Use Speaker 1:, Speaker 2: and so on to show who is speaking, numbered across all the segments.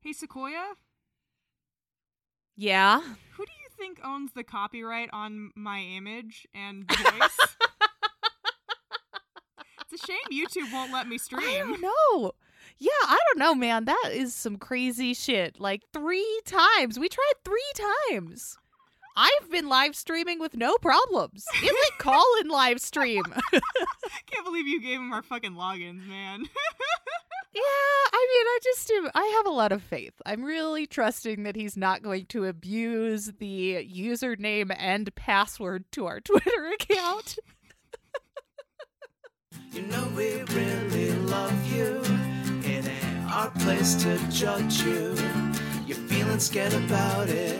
Speaker 1: Hey, Sequoia,
Speaker 2: Yeah.
Speaker 1: who do you think owns the copyright on my image and voice? it's a shame YouTube won't let me
Speaker 2: I don't
Speaker 1: stream.
Speaker 2: know. Yeah, I don't know, man. That is some crazy shit. Like three times. We tried three times. I've been live streaming with no problems. It's like call in live stream.
Speaker 1: Can't believe you gave him our fucking logins, man.
Speaker 2: Yeah, I mean, I just am, I have a lot of faith. I'm really trusting that he's not going to abuse the username and password to our Twitter account.
Speaker 3: You know we really love you. It ain't our place to judge you. You're feeling scared about it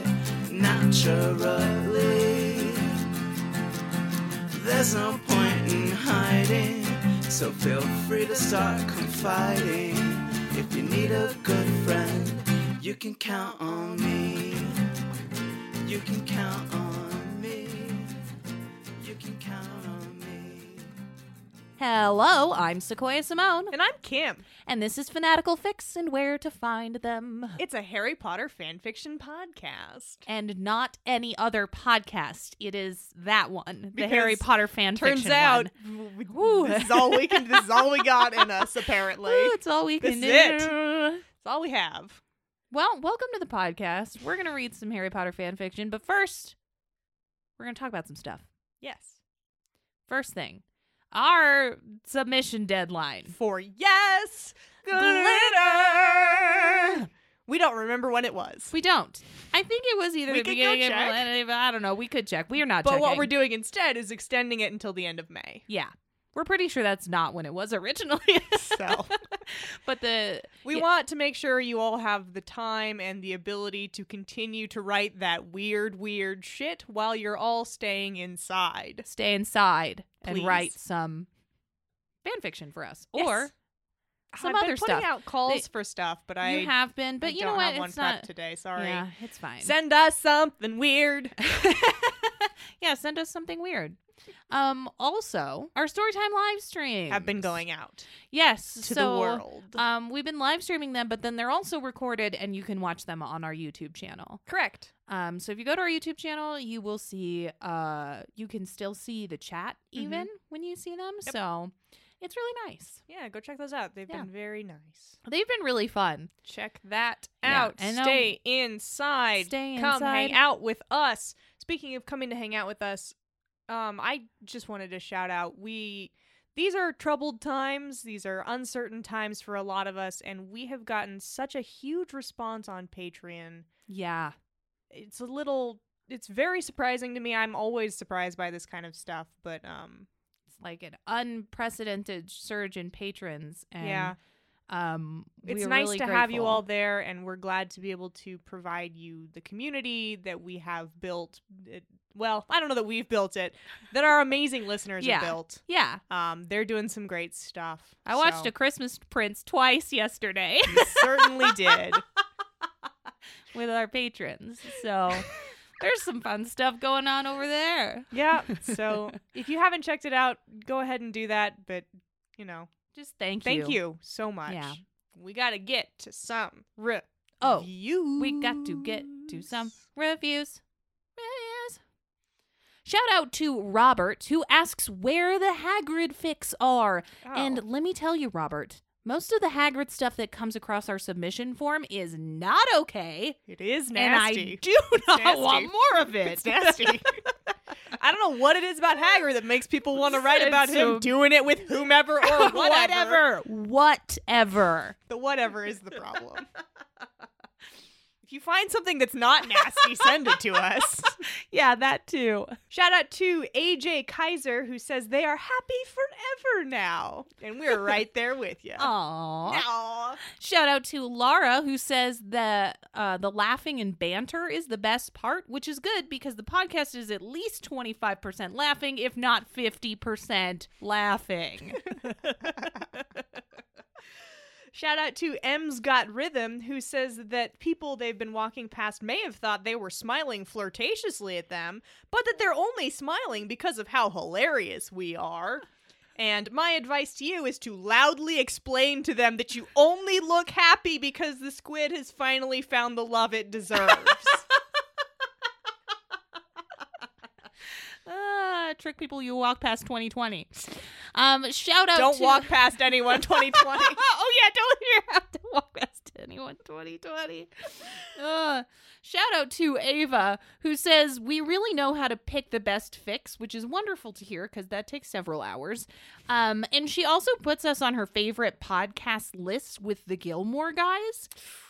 Speaker 3: naturally. There's no point in hiding, so feel free to start confiding. If you need a good friend, you can count on me. You can count on me. You can count on me.
Speaker 2: Hello, I'm Sequoia Simone,
Speaker 4: And I'm Kim.
Speaker 2: and this is Fanatical Fix and Where to Find Them.
Speaker 4: It's a Harry Potter fanfiction podcast.
Speaker 2: and not any other podcast. It is that one, the Harry
Speaker 4: Because
Speaker 2: Potter fan
Speaker 4: Turns
Speaker 2: fiction
Speaker 4: out
Speaker 2: one.
Speaker 4: w-
Speaker 2: Woo.
Speaker 4: w- this is all we can this is all we got in us apparently.
Speaker 2: Ooh, it's all we
Speaker 4: this
Speaker 2: can
Speaker 4: is
Speaker 2: do.
Speaker 4: It's all we have.
Speaker 2: Well, welcome to the podcast. We're gonna read some Harry Potter fan fiction, but first, we're gonna talk about some stuff.
Speaker 4: Yes.
Speaker 2: First thing, our submission deadline.
Speaker 4: For yes, glitter. We don't remember when it was.
Speaker 2: We don't. I think it was either
Speaker 4: We
Speaker 2: the
Speaker 4: could go
Speaker 2: beginning of
Speaker 4: check.
Speaker 2: April, I don't know. We could check. We are not.
Speaker 4: But what
Speaker 2: checking.
Speaker 4: we're doing instead is extending it until the end of May.
Speaker 2: yeah, we're pretty sure that's not when it was originally.
Speaker 4: So
Speaker 2: but the
Speaker 4: we
Speaker 2: Yeah.
Speaker 4: want to make sure you all have the time and the ability to continue to write that weird, weird shit while you're all staying inside.
Speaker 2: stay inside
Speaker 4: Please.
Speaker 2: and write some fan fiction for us
Speaker 4: Yes.
Speaker 2: or some
Speaker 4: I've
Speaker 2: other
Speaker 4: been putting
Speaker 2: stuff.
Speaker 4: out calls
Speaker 2: They-
Speaker 4: for stuff, but I
Speaker 2: you have been,
Speaker 4: I
Speaker 2: but you
Speaker 4: don't
Speaker 2: know what?
Speaker 4: Have one prepped
Speaker 2: it's not
Speaker 4: today. Sorry.
Speaker 2: Yeah, it's fine.
Speaker 4: Send us something weird.
Speaker 2: yeah, send us something weird. Um, also, our storytime live stream
Speaker 4: have been going out
Speaker 2: yes
Speaker 4: to
Speaker 2: so,
Speaker 4: the world.
Speaker 2: Um, we've been live streaming them, but then they're also recorded, and you can watch them on our YouTube channel.
Speaker 4: Correct.
Speaker 2: Um, so if you go to our YouTube channel, you will see. Uh, you can still see the chat even when you see them.
Speaker 4: Mm-hmm. Yep.
Speaker 2: So it's really nice.
Speaker 4: Yeah, go check those out. They've
Speaker 2: Yeah.
Speaker 4: been very nice.
Speaker 2: They've been really fun.
Speaker 4: Check that
Speaker 2: Yeah,
Speaker 4: out.
Speaker 2: and, um,
Speaker 4: Stay inside.
Speaker 2: stay
Speaker 4: Come
Speaker 2: inside.
Speaker 4: hang out with us. Speaking of coming to hang out with us, um, I just wanted to shout out we these are troubled times. These are uncertain times for a lot of us, and we have gotten such a huge response on Patreon.
Speaker 2: Yeah.
Speaker 4: it's a little it's very surprising to me i'm always surprised by this kind of stuff but um
Speaker 2: It's like an unprecedented surge in patrons. And,
Speaker 4: Yeah.
Speaker 2: Um,
Speaker 4: it's
Speaker 2: we're
Speaker 4: nice
Speaker 2: really
Speaker 4: to have you
Speaker 2: grateful.
Speaker 4: all there and we're glad to be able to provide you the community that we have built it, well i don't know that we've built it that our amazing listeners
Speaker 2: Yeah.
Speaker 4: have built
Speaker 2: Yeah.
Speaker 4: um they're doing some great stuff
Speaker 2: I watched
Speaker 4: so.
Speaker 2: a Christmas Prince twice yesterday
Speaker 4: you certainly did
Speaker 2: with our patrons. So there's some fun stuff going on over there.
Speaker 4: yeah so if you haven't checked it out go ahead and do that but you know
Speaker 2: Just thank,
Speaker 4: thank
Speaker 2: you.
Speaker 4: you so much
Speaker 2: Yeah.
Speaker 4: we gotta get to some re-
Speaker 2: Oh,
Speaker 4: you
Speaker 2: We got to get to some reviews. Reviews. Shout out to Robert who asks where the Hagrid fix are.
Speaker 4: Oh,
Speaker 2: And let me tell you, Robert, most of the Hagrid stuff that comes across our submission form is not okay.
Speaker 4: it is
Speaker 2: And I
Speaker 4: nasty.
Speaker 2: do not
Speaker 4: nasty.
Speaker 2: want more of it.
Speaker 4: it's nasty. I don't know what it is about Hagrid that makes people want to write about
Speaker 2: It's
Speaker 4: him
Speaker 2: so-
Speaker 4: doing it with whomever or whatever.
Speaker 2: Whatever. Whatever.
Speaker 4: The whatever is the problem. if you find something that's not nasty, send it to us.
Speaker 2: Yeah, that too.
Speaker 4: Shout out to AJ Kaiser who says they are happy forever now, and we're right there with you.
Speaker 2: Aww.
Speaker 4: Aw.
Speaker 2: Shout out to Lara who says that uh, the laughing and banter is the best part, which is good because the podcast is at least 25% laughing, if not 50% laughing.
Speaker 4: Shout out to M's Got Rhythm, who says that people they've been walking past may have thought they were smiling flirtatiously at them, but that they're only smiling because of how hilarious we are. And my advice to you is to loudly explain to them that you only look happy because the squid has finally found the love it deserves.
Speaker 2: Ah, trick people you walk past 2020. Um, shout out
Speaker 4: Don't
Speaker 2: to-
Speaker 4: walk past anyone 2020.
Speaker 2: oh yeah, don't you have to walk past anyone 2020. Uh, shout out to Ava who says we really know how to pick the best fix, which is wonderful to hear because that takes several hours. Um, and she also puts us on her favorite podcast list with the Gilmore guys.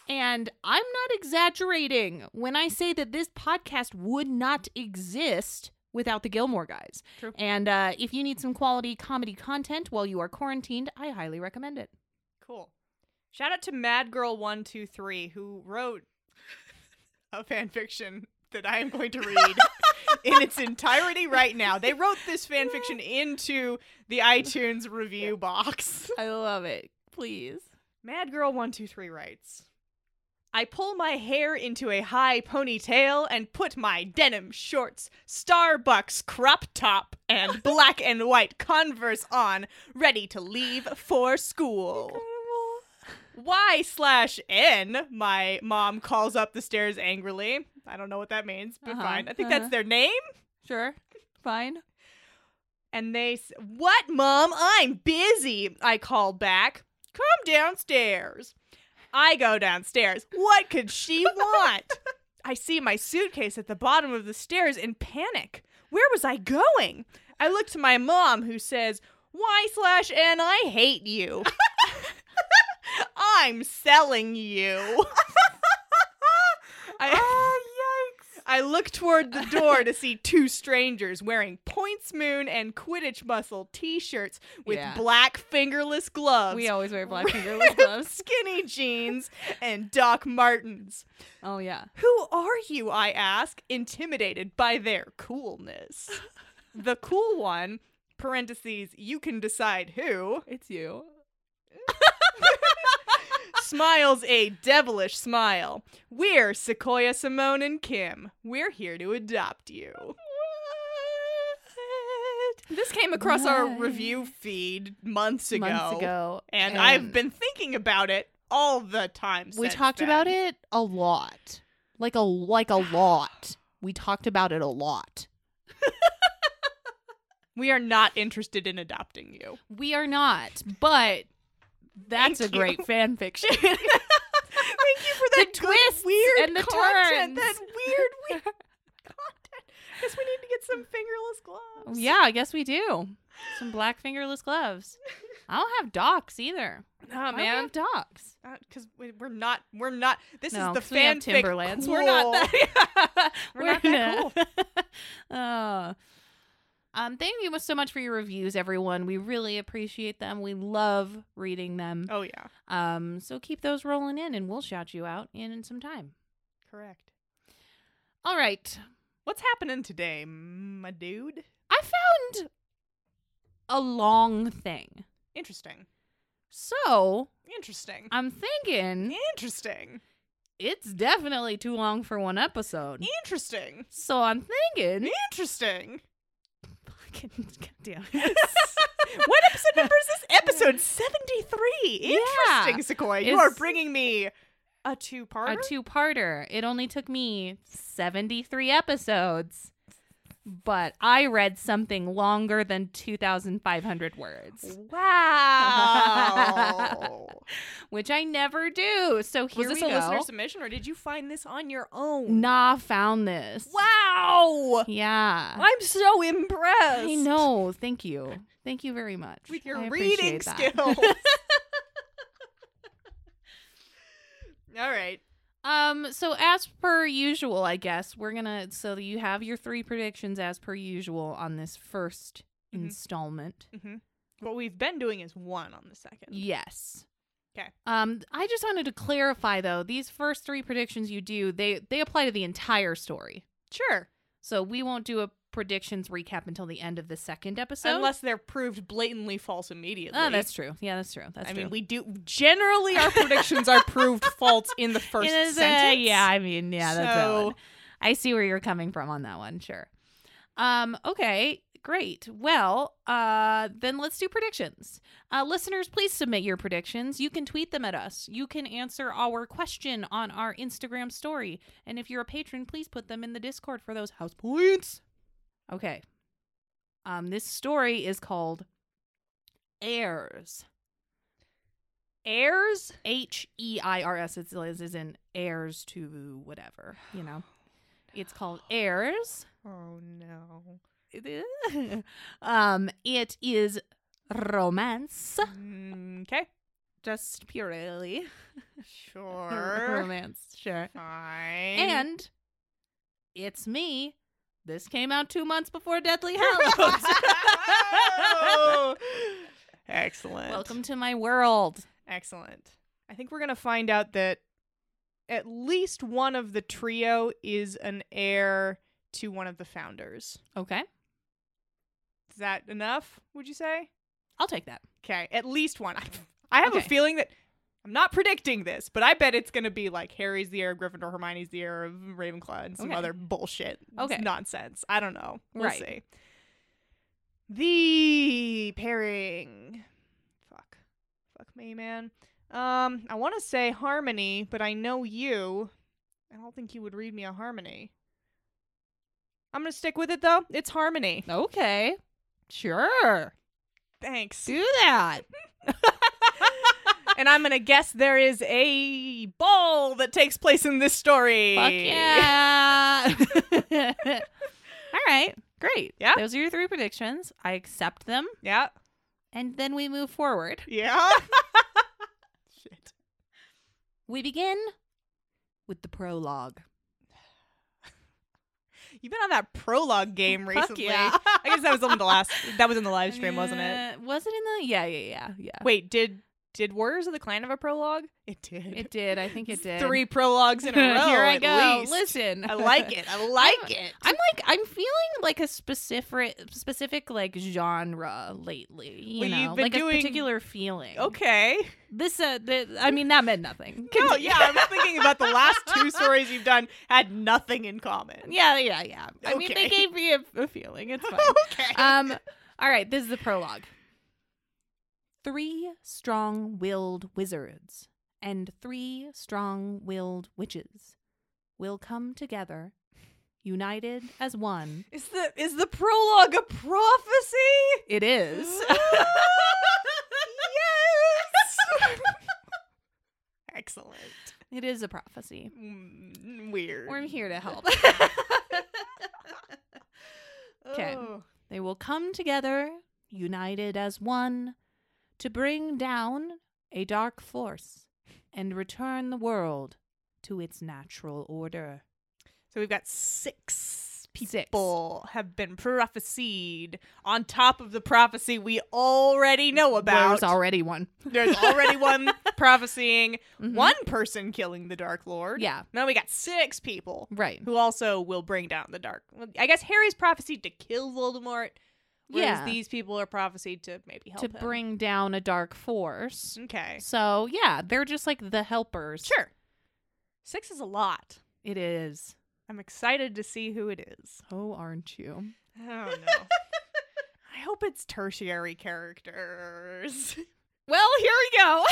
Speaker 2: And I'm not exaggerating when I say that this podcast would not exist without the Gilmore guys.
Speaker 4: True.
Speaker 2: And uh, if you need some quality comedy content while you are quarantined, I highly recommend it.
Speaker 4: Cool. Shout out to Mad Girl One Two Three who wrote a fan fiction that I am going to read in its entirety right now. They wrote this fan fiction into the iTunes review box.
Speaker 2: I love it. Please.
Speaker 4: Mad Girl One Two Three writes. I pull my hair into a high ponytail and put my denim shorts, Starbucks crop top, and black and white Converse on, ready to leave for school. Y slash N, my mom calls up the stairs angrily. I don't know what that means, but
Speaker 2: Uh-huh,
Speaker 4: fine. I think
Speaker 2: uh-huh.
Speaker 4: that's their name.
Speaker 2: Sure. Fine.
Speaker 4: And they, s- what, mom? I'm busy. I call back. Come downstairs. I go downstairs. What could she want? I see my suitcase at the bottom of the stairs in panic. Where was I going? I look to my mom, who says, "Why slash N, I hate you. I'm selling you." I-
Speaker 2: Oh,
Speaker 1: yikes.
Speaker 4: I look toward the door to see two strangers wearing points moon and Quidditch muscle t-shirts with
Speaker 2: Yeah.
Speaker 4: black fingerless gloves,
Speaker 2: We always wear black fingerless gloves.
Speaker 4: skinny jeans, and Doc Martens.
Speaker 2: Oh yeah.
Speaker 4: Who are you? I ask, intimidated by their coolness. The cool one, parentheses, you can decide who,
Speaker 2: It's you.
Speaker 4: smiles a devilish smile. We're Sequoia Simone and Kim. We're here to adopt you. This came across our
Speaker 2: What?
Speaker 4: review feed months ago.
Speaker 2: Months ago.
Speaker 4: And I've been thinking about it all the time.
Speaker 2: We
Speaker 4: since
Speaker 2: talked about
Speaker 4: then.
Speaker 2: it a lot. Like a like a lot. We talked about it a lot.
Speaker 4: We are not interested in adopting you.
Speaker 2: We are not, but that's
Speaker 4: Thank
Speaker 2: a great
Speaker 4: you.
Speaker 2: fan fiction.
Speaker 4: Thank you for
Speaker 2: The
Speaker 4: that good,
Speaker 2: twists
Speaker 4: weird
Speaker 2: and the
Speaker 4: content.
Speaker 2: turns.
Speaker 4: That weird, weird content. Guess we need to get some fingerless gloves.
Speaker 2: yeah, I guess we do. Some black fingerless gloves. I don't have docs either.
Speaker 4: nah,
Speaker 2: I don't
Speaker 4: man.
Speaker 2: have docs.
Speaker 4: Because Uh, we, we're not, we're not. This
Speaker 2: No,
Speaker 4: is the
Speaker 2: 'cause we have
Speaker 4: fanfic.
Speaker 2: Timberlands. We're not
Speaker 4: cool.
Speaker 2: that.
Speaker 4: We're not that Uh.
Speaker 2: cool. oh. Um, thank you so much for your reviews, everyone. We really appreciate them. We love reading them.
Speaker 4: Oh yeah,
Speaker 2: Um, so keep those rolling in, and we'll shout you out in some time.
Speaker 4: correct.
Speaker 2: All right,
Speaker 4: What's happening today, my dude?
Speaker 2: I found a long thing,
Speaker 4: Interesting.
Speaker 2: so
Speaker 4: Interesting.
Speaker 2: I'm thinking
Speaker 4: Interesting.
Speaker 2: it's definitely too long for one episode.
Speaker 4: Interesting.
Speaker 2: So I'm thinking,
Speaker 4: Interesting.
Speaker 2: fucking goddamn.
Speaker 4: what episode number is this? Episode 73. Interesting,
Speaker 2: Yeah.
Speaker 4: Sequoia. You
Speaker 2: It's-
Speaker 4: are bringing me a two-parter.
Speaker 2: a two-parter. It only took me 73 episodes, but I read something longer than 2,500 words,
Speaker 4: wow.
Speaker 2: which I never do. So here
Speaker 4: Was this
Speaker 2: we
Speaker 4: a
Speaker 2: go.
Speaker 4: listener submission or did you find this on your own?
Speaker 2: Nah, found this.
Speaker 4: Wow.
Speaker 2: Yeah.
Speaker 4: I'm so impressed.
Speaker 2: I know. Thank you. Thank you very much.
Speaker 4: With your
Speaker 2: I
Speaker 4: reading
Speaker 2: appreciate that.
Speaker 4: skills. All right.
Speaker 2: Um, so as per usual, I guess we're gonna so you have your three predictions as per usual on this 1st
Speaker 4: Mhm.
Speaker 2: installment.
Speaker 4: What we've been doing is one on the second.
Speaker 2: Yes.
Speaker 4: 'Kay.
Speaker 2: Um, I just wanted to clarify though, these first three predictions you do, they they apply to the entire story.
Speaker 4: Sure.
Speaker 2: So we won't do a predictions recap until the end of the second episode.
Speaker 4: Unless they're proved blatantly false immediately.
Speaker 2: Oh, that's true. Yeah, that's true. That's
Speaker 4: I
Speaker 2: true.
Speaker 4: mean, we do generally our predictions are proved false in the first
Speaker 2: It is, uh,
Speaker 4: sentence.
Speaker 2: yeah, I mean, yeah, that's that
Speaker 4: So-
Speaker 2: one. I see where you're coming from on that one. Sure. Um. Okay. Great. Well, uh, then let's do predictions. Uh, listeners, please submit your predictions. You can tweet them at us. You can answer our question on our Instagram story. And if you're a patron, please put them in the Discord for those house points. Okay. Um, this story is called Heirs.
Speaker 4: Heirs?
Speaker 2: H E I R S. It's is in heirs to whatever. You know, it's called heirs.
Speaker 4: Oh no.
Speaker 2: um, it is romance.
Speaker 4: Mm, Okay.
Speaker 2: Just purely
Speaker 4: Sure.
Speaker 2: romance, sure.
Speaker 4: Fine.
Speaker 2: And it's me. This came out two months before Deathly Hallows.
Speaker 4: Oh. Excellent.
Speaker 2: Welcome to my world.
Speaker 4: Excellent. I think we're going to find out that at least one of the trio is an heir to one of the founders.
Speaker 2: Okay,
Speaker 4: Is that enough, would you say?
Speaker 2: I'll take that.
Speaker 4: Okay, at least one. I have
Speaker 2: Okay.
Speaker 4: a feeling that I'm not predicting this, but I bet it's going to be like Harry's the heir of Gryffindor, Hermione's the heir of Ravenclaw, and some
Speaker 2: Okay.
Speaker 4: other bullshit.
Speaker 2: Okay.
Speaker 4: Nonsense. I don't know. We'll
Speaker 2: Right.
Speaker 4: see. The pairing. Fuck. Fuck me, man. Um, I want to say Harmony, but I know you. I don't think you would read me a Harmony. I'm going to stick with it, though. It's Harmony.
Speaker 2: Okay, sure,
Speaker 4: Thanks.
Speaker 2: do that.
Speaker 4: and I'm gonna guess there is a ball that takes place in this story.
Speaker 2: Fuck yeah. All right. Great.
Speaker 4: Yeah.
Speaker 2: Those are your three predictions. I accept them.
Speaker 4: Yeah.
Speaker 2: And then we move forward.
Speaker 4: Yeah. Shit.
Speaker 2: We begin with the prologue.
Speaker 4: You've been on that prologue game
Speaker 2: Fuck
Speaker 4: recently.
Speaker 2: yeah.
Speaker 4: I guess that was on the last. That was in the live stream, wasn't it?
Speaker 2: Uh, was it in the. Yeah, yeah, yeah, yeah.
Speaker 4: Wait, did did Warriors of the Clan have a prologue? It did.
Speaker 2: It did. I think it did.
Speaker 4: Three prologues in a row.
Speaker 2: Here I
Speaker 4: at
Speaker 2: go.
Speaker 4: least.
Speaker 2: Listen.
Speaker 4: I like it. I like it.
Speaker 2: I'm like I'm feeling like a specific specific like genre lately, you
Speaker 4: Well,
Speaker 2: know,
Speaker 4: you've been
Speaker 2: like
Speaker 4: doing-
Speaker 2: a particular feeling.
Speaker 4: okay.
Speaker 2: This uh, th- I mean that meant nothing.
Speaker 4: No, yeah, I was thinking about the last two stories you've done had nothing in common.
Speaker 2: Yeah, yeah, yeah. I mean, they
Speaker 4: Okay.
Speaker 2: gave me a, a feeling. It's fine.
Speaker 4: okay.
Speaker 2: um, all right. This is the prologue. Three strong-willed wizards and three strong-willed witches will come together, united as one.
Speaker 4: Is the is the prologue a prophecy?
Speaker 2: It is.
Speaker 4: yes. Excellent.
Speaker 2: it is a prophecy.
Speaker 4: Mm, Weird.
Speaker 2: We're here to help. Okay.
Speaker 4: Oh.
Speaker 2: They will come together, united as one, to bring down a dark force and return the world to its natural order.
Speaker 4: So we've got six
Speaker 2: Six.
Speaker 4: people have been prophesied on top of the prophecy we already know about.
Speaker 2: There's already one.
Speaker 4: There's Mm-hmm. already one prophesying
Speaker 2: Mhm.
Speaker 4: one person killing the Dark Lord.
Speaker 2: Yeah.
Speaker 4: Now we got six people.
Speaker 2: Right.
Speaker 4: who also will bring down the dark. well, I guess Harry's prophesied to kill Voldemort, whereas
Speaker 2: Yeah.
Speaker 4: these people are prophesied to maybe help
Speaker 2: To
Speaker 4: him.
Speaker 2: bring down a dark force.
Speaker 4: Okay,
Speaker 2: So, yeah, they're just like the helpers.
Speaker 4: sure. Six is a lot.
Speaker 2: It is.
Speaker 4: I'm excited to see who it is.
Speaker 2: Oh, aren't you?
Speaker 4: Oh no. I hope it's tertiary characters.
Speaker 2: Well, here we go.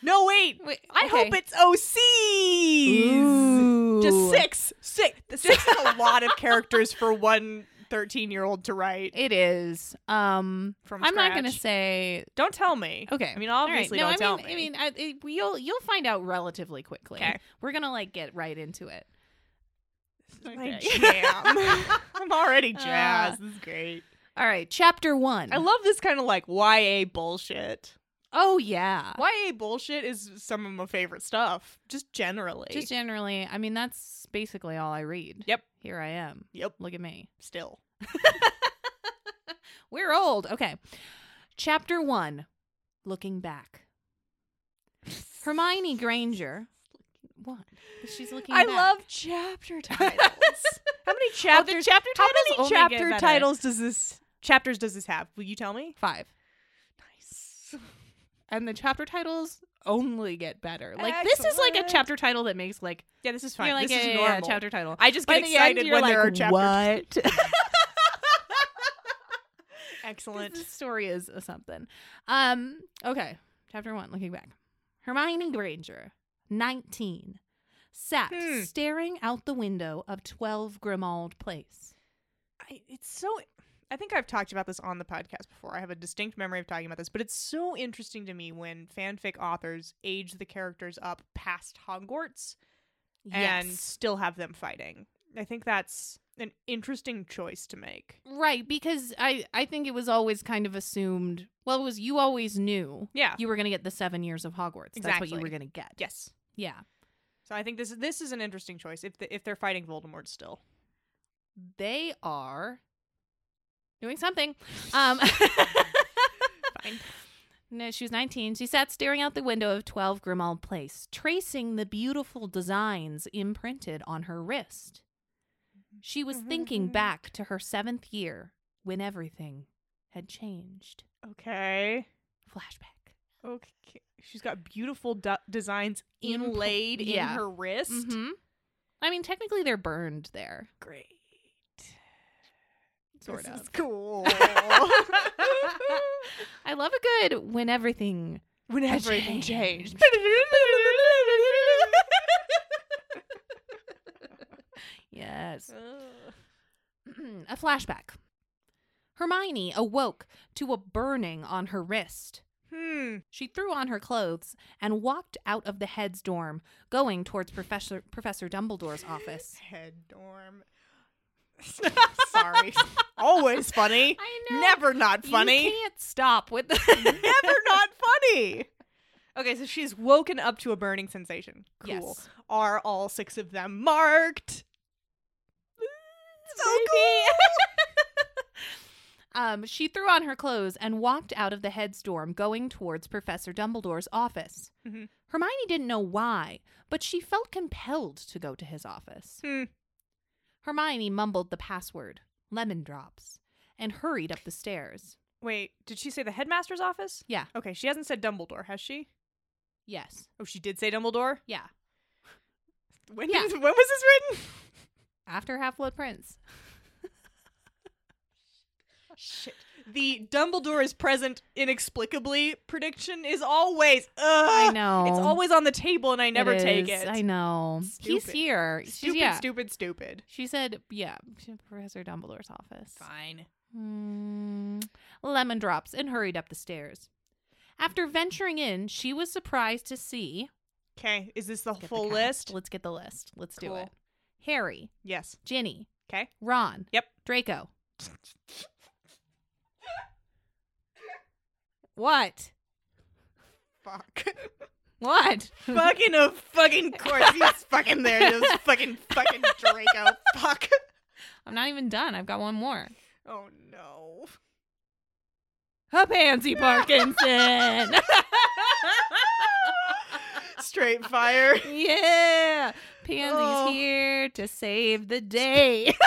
Speaker 4: No, wait.
Speaker 2: Wait,
Speaker 4: I
Speaker 2: okay.
Speaker 4: hope it's OCs.
Speaker 2: Ooh.
Speaker 4: Just six. Six. The Six is a lot of characters for one 13 year old to write.
Speaker 2: It is. Um,
Speaker 4: From
Speaker 2: I'm not gonna
Speaker 4: scratch.
Speaker 2: say
Speaker 4: Don't tell me.
Speaker 2: Okay.
Speaker 4: I mean,
Speaker 2: All right.
Speaker 4: obviously,
Speaker 2: no,
Speaker 4: don't
Speaker 2: I
Speaker 4: tell
Speaker 2: mean,
Speaker 4: me.
Speaker 2: I mean, I, it, we- you'll you'll find out relatively quickly.
Speaker 4: Okay.
Speaker 2: We're gonna like get right into it.
Speaker 4: my
Speaker 2: Okay.
Speaker 4: jam. I'm already jazzed.
Speaker 2: Uh,
Speaker 4: this is great.
Speaker 2: All right, chapter one.
Speaker 4: I love this kind of like YA bullshit.
Speaker 2: oh yeah.
Speaker 4: YA Uh, bullshit is some of my favorite stuff, just generally.
Speaker 2: Just generally, I mean, that's basically all I read.
Speaker 4: Yep.
Speaker 2: Here I am.
Speaker 4: yep,
Speaker 2: Look at me.
Speaker 4: still.
Speaker 2: We're old. Okay. Chapter one. Looking back. Hermione Granger. What? She's looking.
Speaker 4: I
Speaker 2: back.
Speaker 4: love chapter titles. How many chapters?
Speaker 2: chapter
Speaker 4: how
Speaker 2: titles
Speaker 4: many
Speaker 2: only get
Speaker 4: chapter
Speaker 2: better.
Speaker 4: titles does this chapters does this have? Will you tell me?
Speaker 2: five,
Speaker 4: Nice.
Speaker 2: and the chapter titles only get better. Like this is like a
Speaker 4: Excellent.
Speaker 2: chapter title that makes like
Speaker 4: Yeah, this is fine.
Speaker 2: you're like
Speaker 4: this
Speaker 2: yeah,
Speaker 4: is
Speaker 2: yeah, yeah,
Speaker 4: normal.
Speaker 2: chapter title.
Speaker 4: I just
Speaker 2: By
Speaker 4: get
Speaker 2: the
Speaker 4: excited
Speaker 2: end, you're
Speaker 4: when
Speaker 2: like,
Speaker 4: there are chapters.
Speaker 2: What?
Speaker 4: Excellent.
Speaker 2: This story is a something. Um, okay. Chapter one, looking back. Hermione Granger, 19, sat
Speaker 4: Hmm.
Speaker 2: staring out the window of 12 Grimald Place.
Speaker 4: I, it's so I think I've talked about this on the podcast before. I have a distinct memory of talking about this, but it's so interesting to me when fanfic authors age the characters up past Hogwarts and still have them fighting. I think that's an interesting choice to make.
Speaker 2: Right, because I, I think it was always kind of assumed, well, it was you always knew
Speaker 4: Yeah.
Speaker 2: you were going to get the seven years of Hogwarts. That's what you
Speaker 4: Exactly.
Speaker 2: were going to get.
Speaker 4: yes.
Speaker 2: Yeah.
Speaker 4: So I think this this is an interesting choice if the, if they're fighting Voldemort still.
Speaker 2: They are doing something. Um,
Speaker 4: Fine.
Speaker 2: No, she was 19. She sat staring out the window of 12 Grimald Place, tracing the beautiful designs imprinted on her wrist. She was thinking
Speaker 4: Mm-hmm.
Speaker 2: back to her seventh year when everything had changed.
Speaker 4: Okay.
Speaker 2: Flashback.
Speaker 4: Okay. She's got beautiful du- designs
Speaker 2: Impl-
Speaker 4: inlaid
Speaker 2: Mm-hmm. yeah.
Speaker 4: in her wrist.
Speaker 2: hmm I mean, technically, they're burned there.
Speaker 4: Great.
Speaker 2: Sort
Speaker 4: This
Speaker 2: of.
Speaker 4: is cool.
Speaker 2: I love a good when everything.
Speaker 4: when everything
Speaker 2: changed.
Speaker 4: changed.
Speaker 2: Yes. a flashback. Hermione awoke to a burning on her wrist.
Speaker 4: hmm.
Speaker 2: She threw on her clothes and walked out of the head's dorm, going towards Professor Professor Dumbledore's office.
Speaker 4: Head dorm. Sorry. Always funny.
Speaker 2: I
Speaker 4: Never not
Speaker 2: You
Speaker 4: funny.
Speaker 2: can't stop with
Speaker 4: Never
Speaker 2: the
Speaker 4: not funny. Okay, so she's woken up to a burning sensation. Cool.
Speaker 2: Yes.
Speaker 4: Are all six of them marked? So
Speaker 2: Um, she threw on her clothes and walked out of the head's dorm, going towards Professor Dumbledore's office.
Speaker 4: Mhm.
Speaker 2: Hermione didn't know why, but she felt compelled to go to his office.
Speaker 4: cool. Hmm.
Speaker 2: Hermione mumbled the password, lemon drops, and hurried up the stairs.
Speaker 4: Wait, did she say the headmaster's office?
Speaker 2: Yeah.
Speaker 4: Okay, she hasn't said Dumbledore, has she?
Speaker 2: Yes.
Speaker 4: Oh, she did say Dumbledore.
Speaker 2: Yeah.
Speaker 4: When
Speaker 2: Yeah.
Speaker 4: did- when was this written?
Speaker 2: After Half Blood Prince.
Speaker 4: Shit. The Dumbledore is present inexplicably prediction is always. Ugh,
Speaker 2: I know.
Speaker 4: It's always on the table, and I never
Speaker 2: It
Speaker 4: take
Speaker 2: is.
Speaker 4: it.
Speaker 2: I know. He's
Speaker 4: Stupid.
Speaker 2: here. She's-
Speaker 4: Stupid,
Speaker 2: yeah.
Speaker 4: stupid, stupid.
Speaker 2: She said, yeah, to Professor Dumbledore's office.
Speaker 4: Fine.
Speaker 2: Hmm. Lemon drops and hurried up the stairs. After venturing in, she was surprised to see.
Speaker 4: Okay, is this the
Speaker 2: Get the
Speaker 4: full
Speaker 2: count.
Speaker 4: list?
Speaker 2: Let's get the list. Let's do
Speaker 4: Cool.
Speaker 2: it. Harry,
Speaker 4: Yes.
Speaker 2: Ginny,
Speaker 4: Okay.
Speaker 2: Ron.
Speaker 4: Yep.
Speaker 2: Draco. what?
Speaker 4: Fuck.
Speaker 2: What?
Speaker 4: fucking of fucking course. He's fucking there. Those fucking fucking Draco. Fuck.
Speaker 2: I'm not even done. I've got one more.
Speaker 4: Oh no.
Speaker 2: A pansy Parkinson.
Speaker 4: Straight fire.
Speaker 2: yeah. Pansy's
Speaker 4: Oh.
Speaker 2: here to save the day.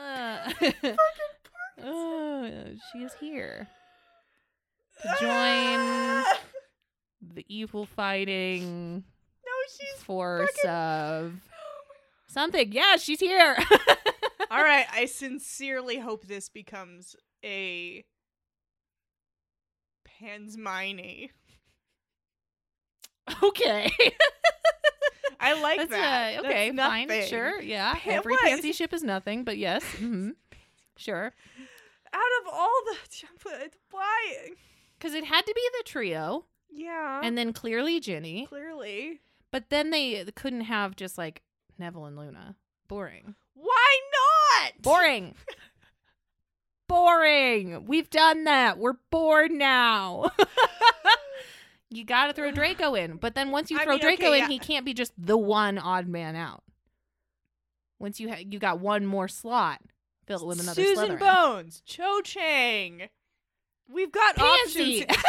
Speaker 2: Uh, oh, she is here to join
Speaker 4: Ah!
Speaker 2: the evil fighting
Speaker 4: No, she's.
Speaker 2: force
Speaker 4: fucking-
Speaker 2: of something. Yeah, she's here.
Speaker 4: All right. I sincerely hope this becomes a Pansmine.
Speaker 2: okay.
Speaker 4: I like
Speaker 2: That's
Speaker 4: that.
Speaker 2: uh,
Speaker 4: That's
Speaker 2: okay, fine,
Speaker 4: nothing.
Speaker 2: sure. Yeah.
Speaker 4: Pan-
Speaker 2: Every
Speaker 4: what?
Speaker 2: pansy ship is nothing, but yes. mhm, Sure.
Speaker 4: Out of all the why?
Speaker 2: Cuz it had to be the trio
Speaker 4: Yeah.
Speaker 2: and then clearly Ginny,
Speaker 4: clearly,
Speaker 2: but then they couldn't have just like Neville and Luna. Boring.
Speaker 4: why not?
Speaker 2: Boring. boring. We've done that. We're bored now. you got to throw Draco in. But then once you
Speaker 4: I
Speaker 2: throw
Speaker 4: mean,
Speaker 2: Draco
Speaker 4: okay,
Speaker 2: in,
Speaker 4: yeah.
Speaker 2: he can't be just the one odd man out. Once you ha- you got one more slot, fill it with another
Speaker 4: Susan
Speaker 2: Slytherin.
Speaker 4: Bones, Cho Chang. We've got
Speaker 2: Pansy.
Speaker 4: options.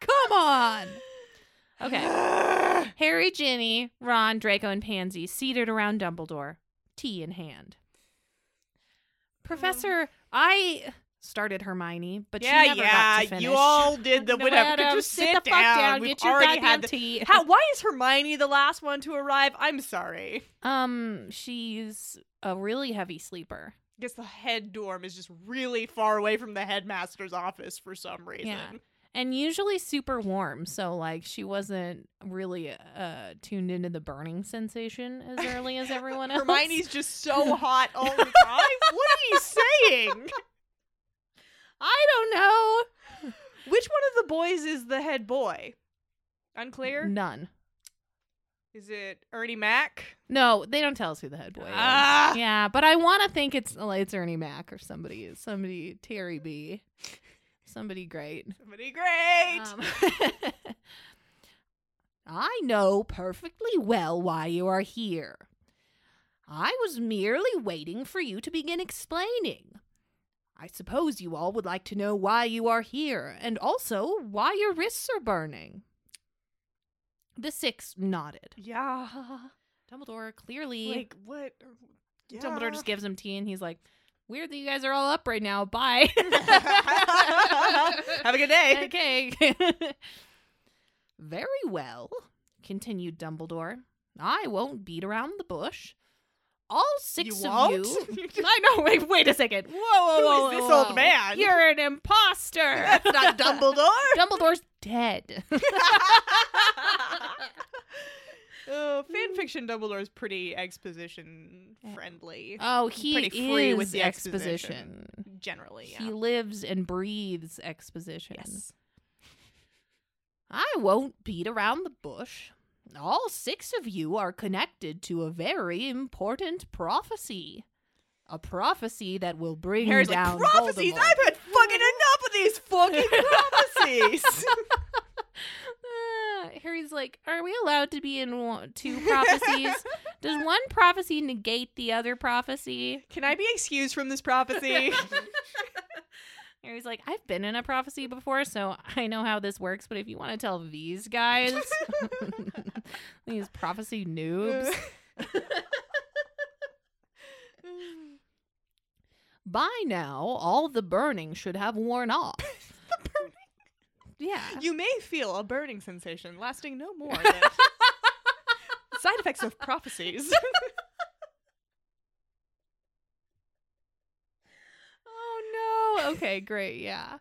Speaker 2: Come on. Okay. Harry, Ginny, Ron, Draco, and Pansy seated around Dumbledore, tea in hand. Professor, I started Hermione, but
Speaker 4: Um, yeah,
Speaker 2: she never
Speaker 4: yeah.
Speaker 2: got to finish.
Speaker 4: You all did the
Speaker 2: No,
Speaker 4: whatever.
Speaker 2: Adam,
Speaker 4: Could just
Speaker 2: sit
Speaker 4: sit,
Speaker 2: the fuck
Speaker 4: down.
Speaker 2: down,
Speaker 4: We've
Speaker 2: get your
Speaker 4: already
Speaker 2: goddamn
Speaker 4: had the-
Speaker 2: tea.
Speaker 4: How? Why is Hermione the last one to arrive? I'm sorry.
Speaker 2: um, she's a really heavy sleeper.
Speaker 4: Guess the head dorm is just really far away from the headmaster's office for some reason.
Speaker 2: Yeah. And usually super warm, so like she wasn't really uh tuned into the burning sensation as early as everyone else.
Speaker 4: Hermione's just so hot all the time. what are you saying?
Speaker 2: I don't know.
Speaker 4: Which one of the boys is the head boy? Unclear.
Speaker 2: None.
Speaker 4: Is it Ernie Mac?
Speaker 2: No, they don't tell us who the head boy is.
Speaker 4: Ah.
Speaker 2: Yeah, but I want to think it's it's Ernie Mac or somebody, somebody Terry B, somebody great.
Speaker 4: Somebody great.
Speaker 2: Um, I know perfectly well why you are here. I was merely waiting for you to begin explaining. I suppose you all would like to know why you are here and also why your wrists are burning. The six nodded.
Speaker 4: yeah.
Speaker 2: Dumbledore clearly
Speaker 4: Like what?
Speaker 2: Dumbledore just
Speaker 4: Yeah.
Speaker 2: gives him tea and he's like, Weird that you guys are all up right now. Bye.
Speaker 4: Have a good day.
Speaker 2: okay. Very well, continued Dumbledore. I won't beat around the bush. All six
Speaker 4: you
Speaker 2: of
Speaker 4: won't?
Speaker 2: you. I know. Wait, wait a second. Whoa, whoa,
Speaker 4: Who
Speaker 2: whoa,
Speaker 4: is this
Speaker 2: whoa,
Speaker 4: old
Speaker 2: whoa.
Speaker 4: man?
Speaker 2: You're an imposter.
Speaker 4: That's not Dumbledore.
Speaker 2: Dumbledore's dead.
Speaker 4: Uh, fan fiction Dumbledore is pretty exposition friendly,
Speaker 2: oh, he
Speaker 4: Pretty free
Speaker 2: is
Speaker 4: with the
Speaker 2: exposition.
Speaker 4: generally. Yeah.
Speaker 2: He lives and breathes exposition.
Speaker 4: yes.
Speaker 2: I won't beat around the bush. All six of you are connected to a very important prophecy. A prophecy that will bring
Speaker 4: Harry's
Speaker 2: down
Speaker 4: like prophecies.
Speaker 2: Voldemort."
Speaker 4: I've had fucking enough of these fucking prophecies.
Speaker 2: Ah, Harry's like, are we allowed to be in one, two prophecies? Does one prophecy negate the other prophecy?
Speaker 4: Can I be excused from this prophecy?
Speaker 2: Harry's like, I've been in a prophecy before, so I know how this works. But if you want to tell these guys, these prophecy noobs, By now, all the burning should have worn off. Yeah.
Speaker 4: you may feel a burning sensation lasting no more than side effects of prophecies.
Speaker 2: Oh no. Okay, great. Yeah.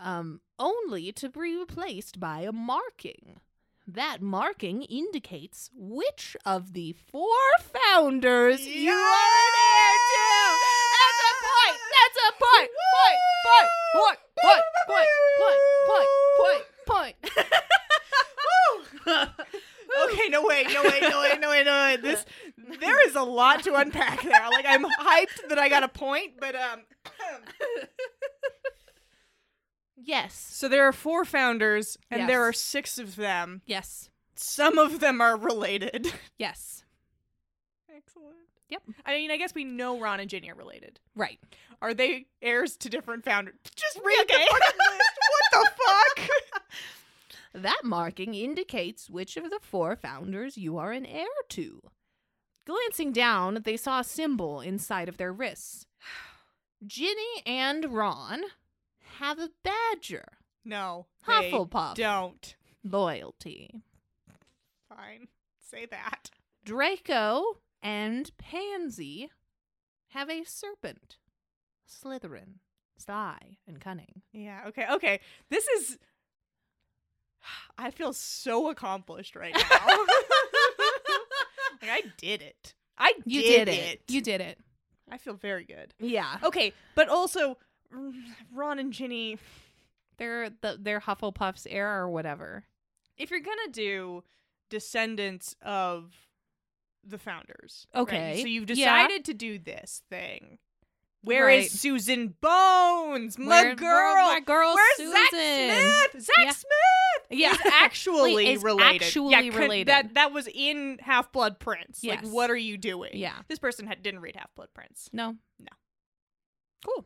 Speaker 2: Um only to be replaced by a marking. That marking indicates which of the four founders you are there to. That's a point. That's a point. Point. Point. Point. Point. Point. Point. Point. Point. Point.
Speaker 4: okay, no wait, no wait, no wait, no wait, no wait. This there is a lot to unpack there. Like I'm hyped that I got a point, but um
Speaker 2: Yes.
Speaker 4: So there are four founders and there
Speaker 2: Yes.
Speaker 4: are six of them.
Speaker 2: Yes.
Speaker 4: Some of them are related.
Speaker 2: Yes.
Speaker 4: Excellent.
Speaker 2: Yep.
Speaker 4: I mean, I guess we know Ron and Ginny are related.
Speaker 2: Right.
Speaker 4: Are they heirs to different founders? Just read the fucking list. What the fuck?
Speaker 2: That marking indicates which of the four founders you are an heir to. Glancing down, they saw a symbol inside of their wrists. Ginny and Ron have a badger.
Speaker 4: No. they
Speaker 2: Hufflepuff.
Speaker 4: Don't.
Speaker 2: Loyalty.
Speaker 4: Fine. Say that.
Speaker 2: Draco and Pansy have a serpent. Slytherin. Sly and cunning.
Speaker 4: Yeah, okay, okay. This is. I feel so accomplished right now. like, I did it. I did,
Speaker 2: You did, it. You did it. Oh,
Speaker 4: I feel very good.
Speaker 2: Yeah.
Speaker 4: Okay, but also, mm, Ron and Ginny.
Speaker 2: They're the they're Hufflepuff's heir or whatever.
Speaker 4: If you're gonna do descendants of the founders, right?
Speaker 2: Okay,
Speaker 4: so you've
Speaker 2: yeah.
Speaker 4: decided to do this thing. Where is
Speaker 2: Right.
Speaker 4: Susan Bones, my
Speaker 2: Where-
Speaker 4: girl?
Speaker 2: my girl
Speaker 4: Where's
Speaker 2: Susan?
Speaker 4: Zach Smith? Zach
Speaker 2: Yeah.
Speaker 4: Smith.
Speaker 2: Yeah.
Speaker 4: is actually
Speaker 2: Wait, is
Speaker 4: related.
Speaker 2: actually
Speaker 4: Yeah, could-
Speaker 2: related.
Speaker 4: That that was in Half Blood Prince.
Speaker 2: Yes.
Speaker 4: Like, what are you doing?
Speaker 2: Yeah.
Speaker 4: this person had, didn't read Half Blood Prince.
Speaker 2: No.
Speaker 4: No.
Speaker 2: Cool.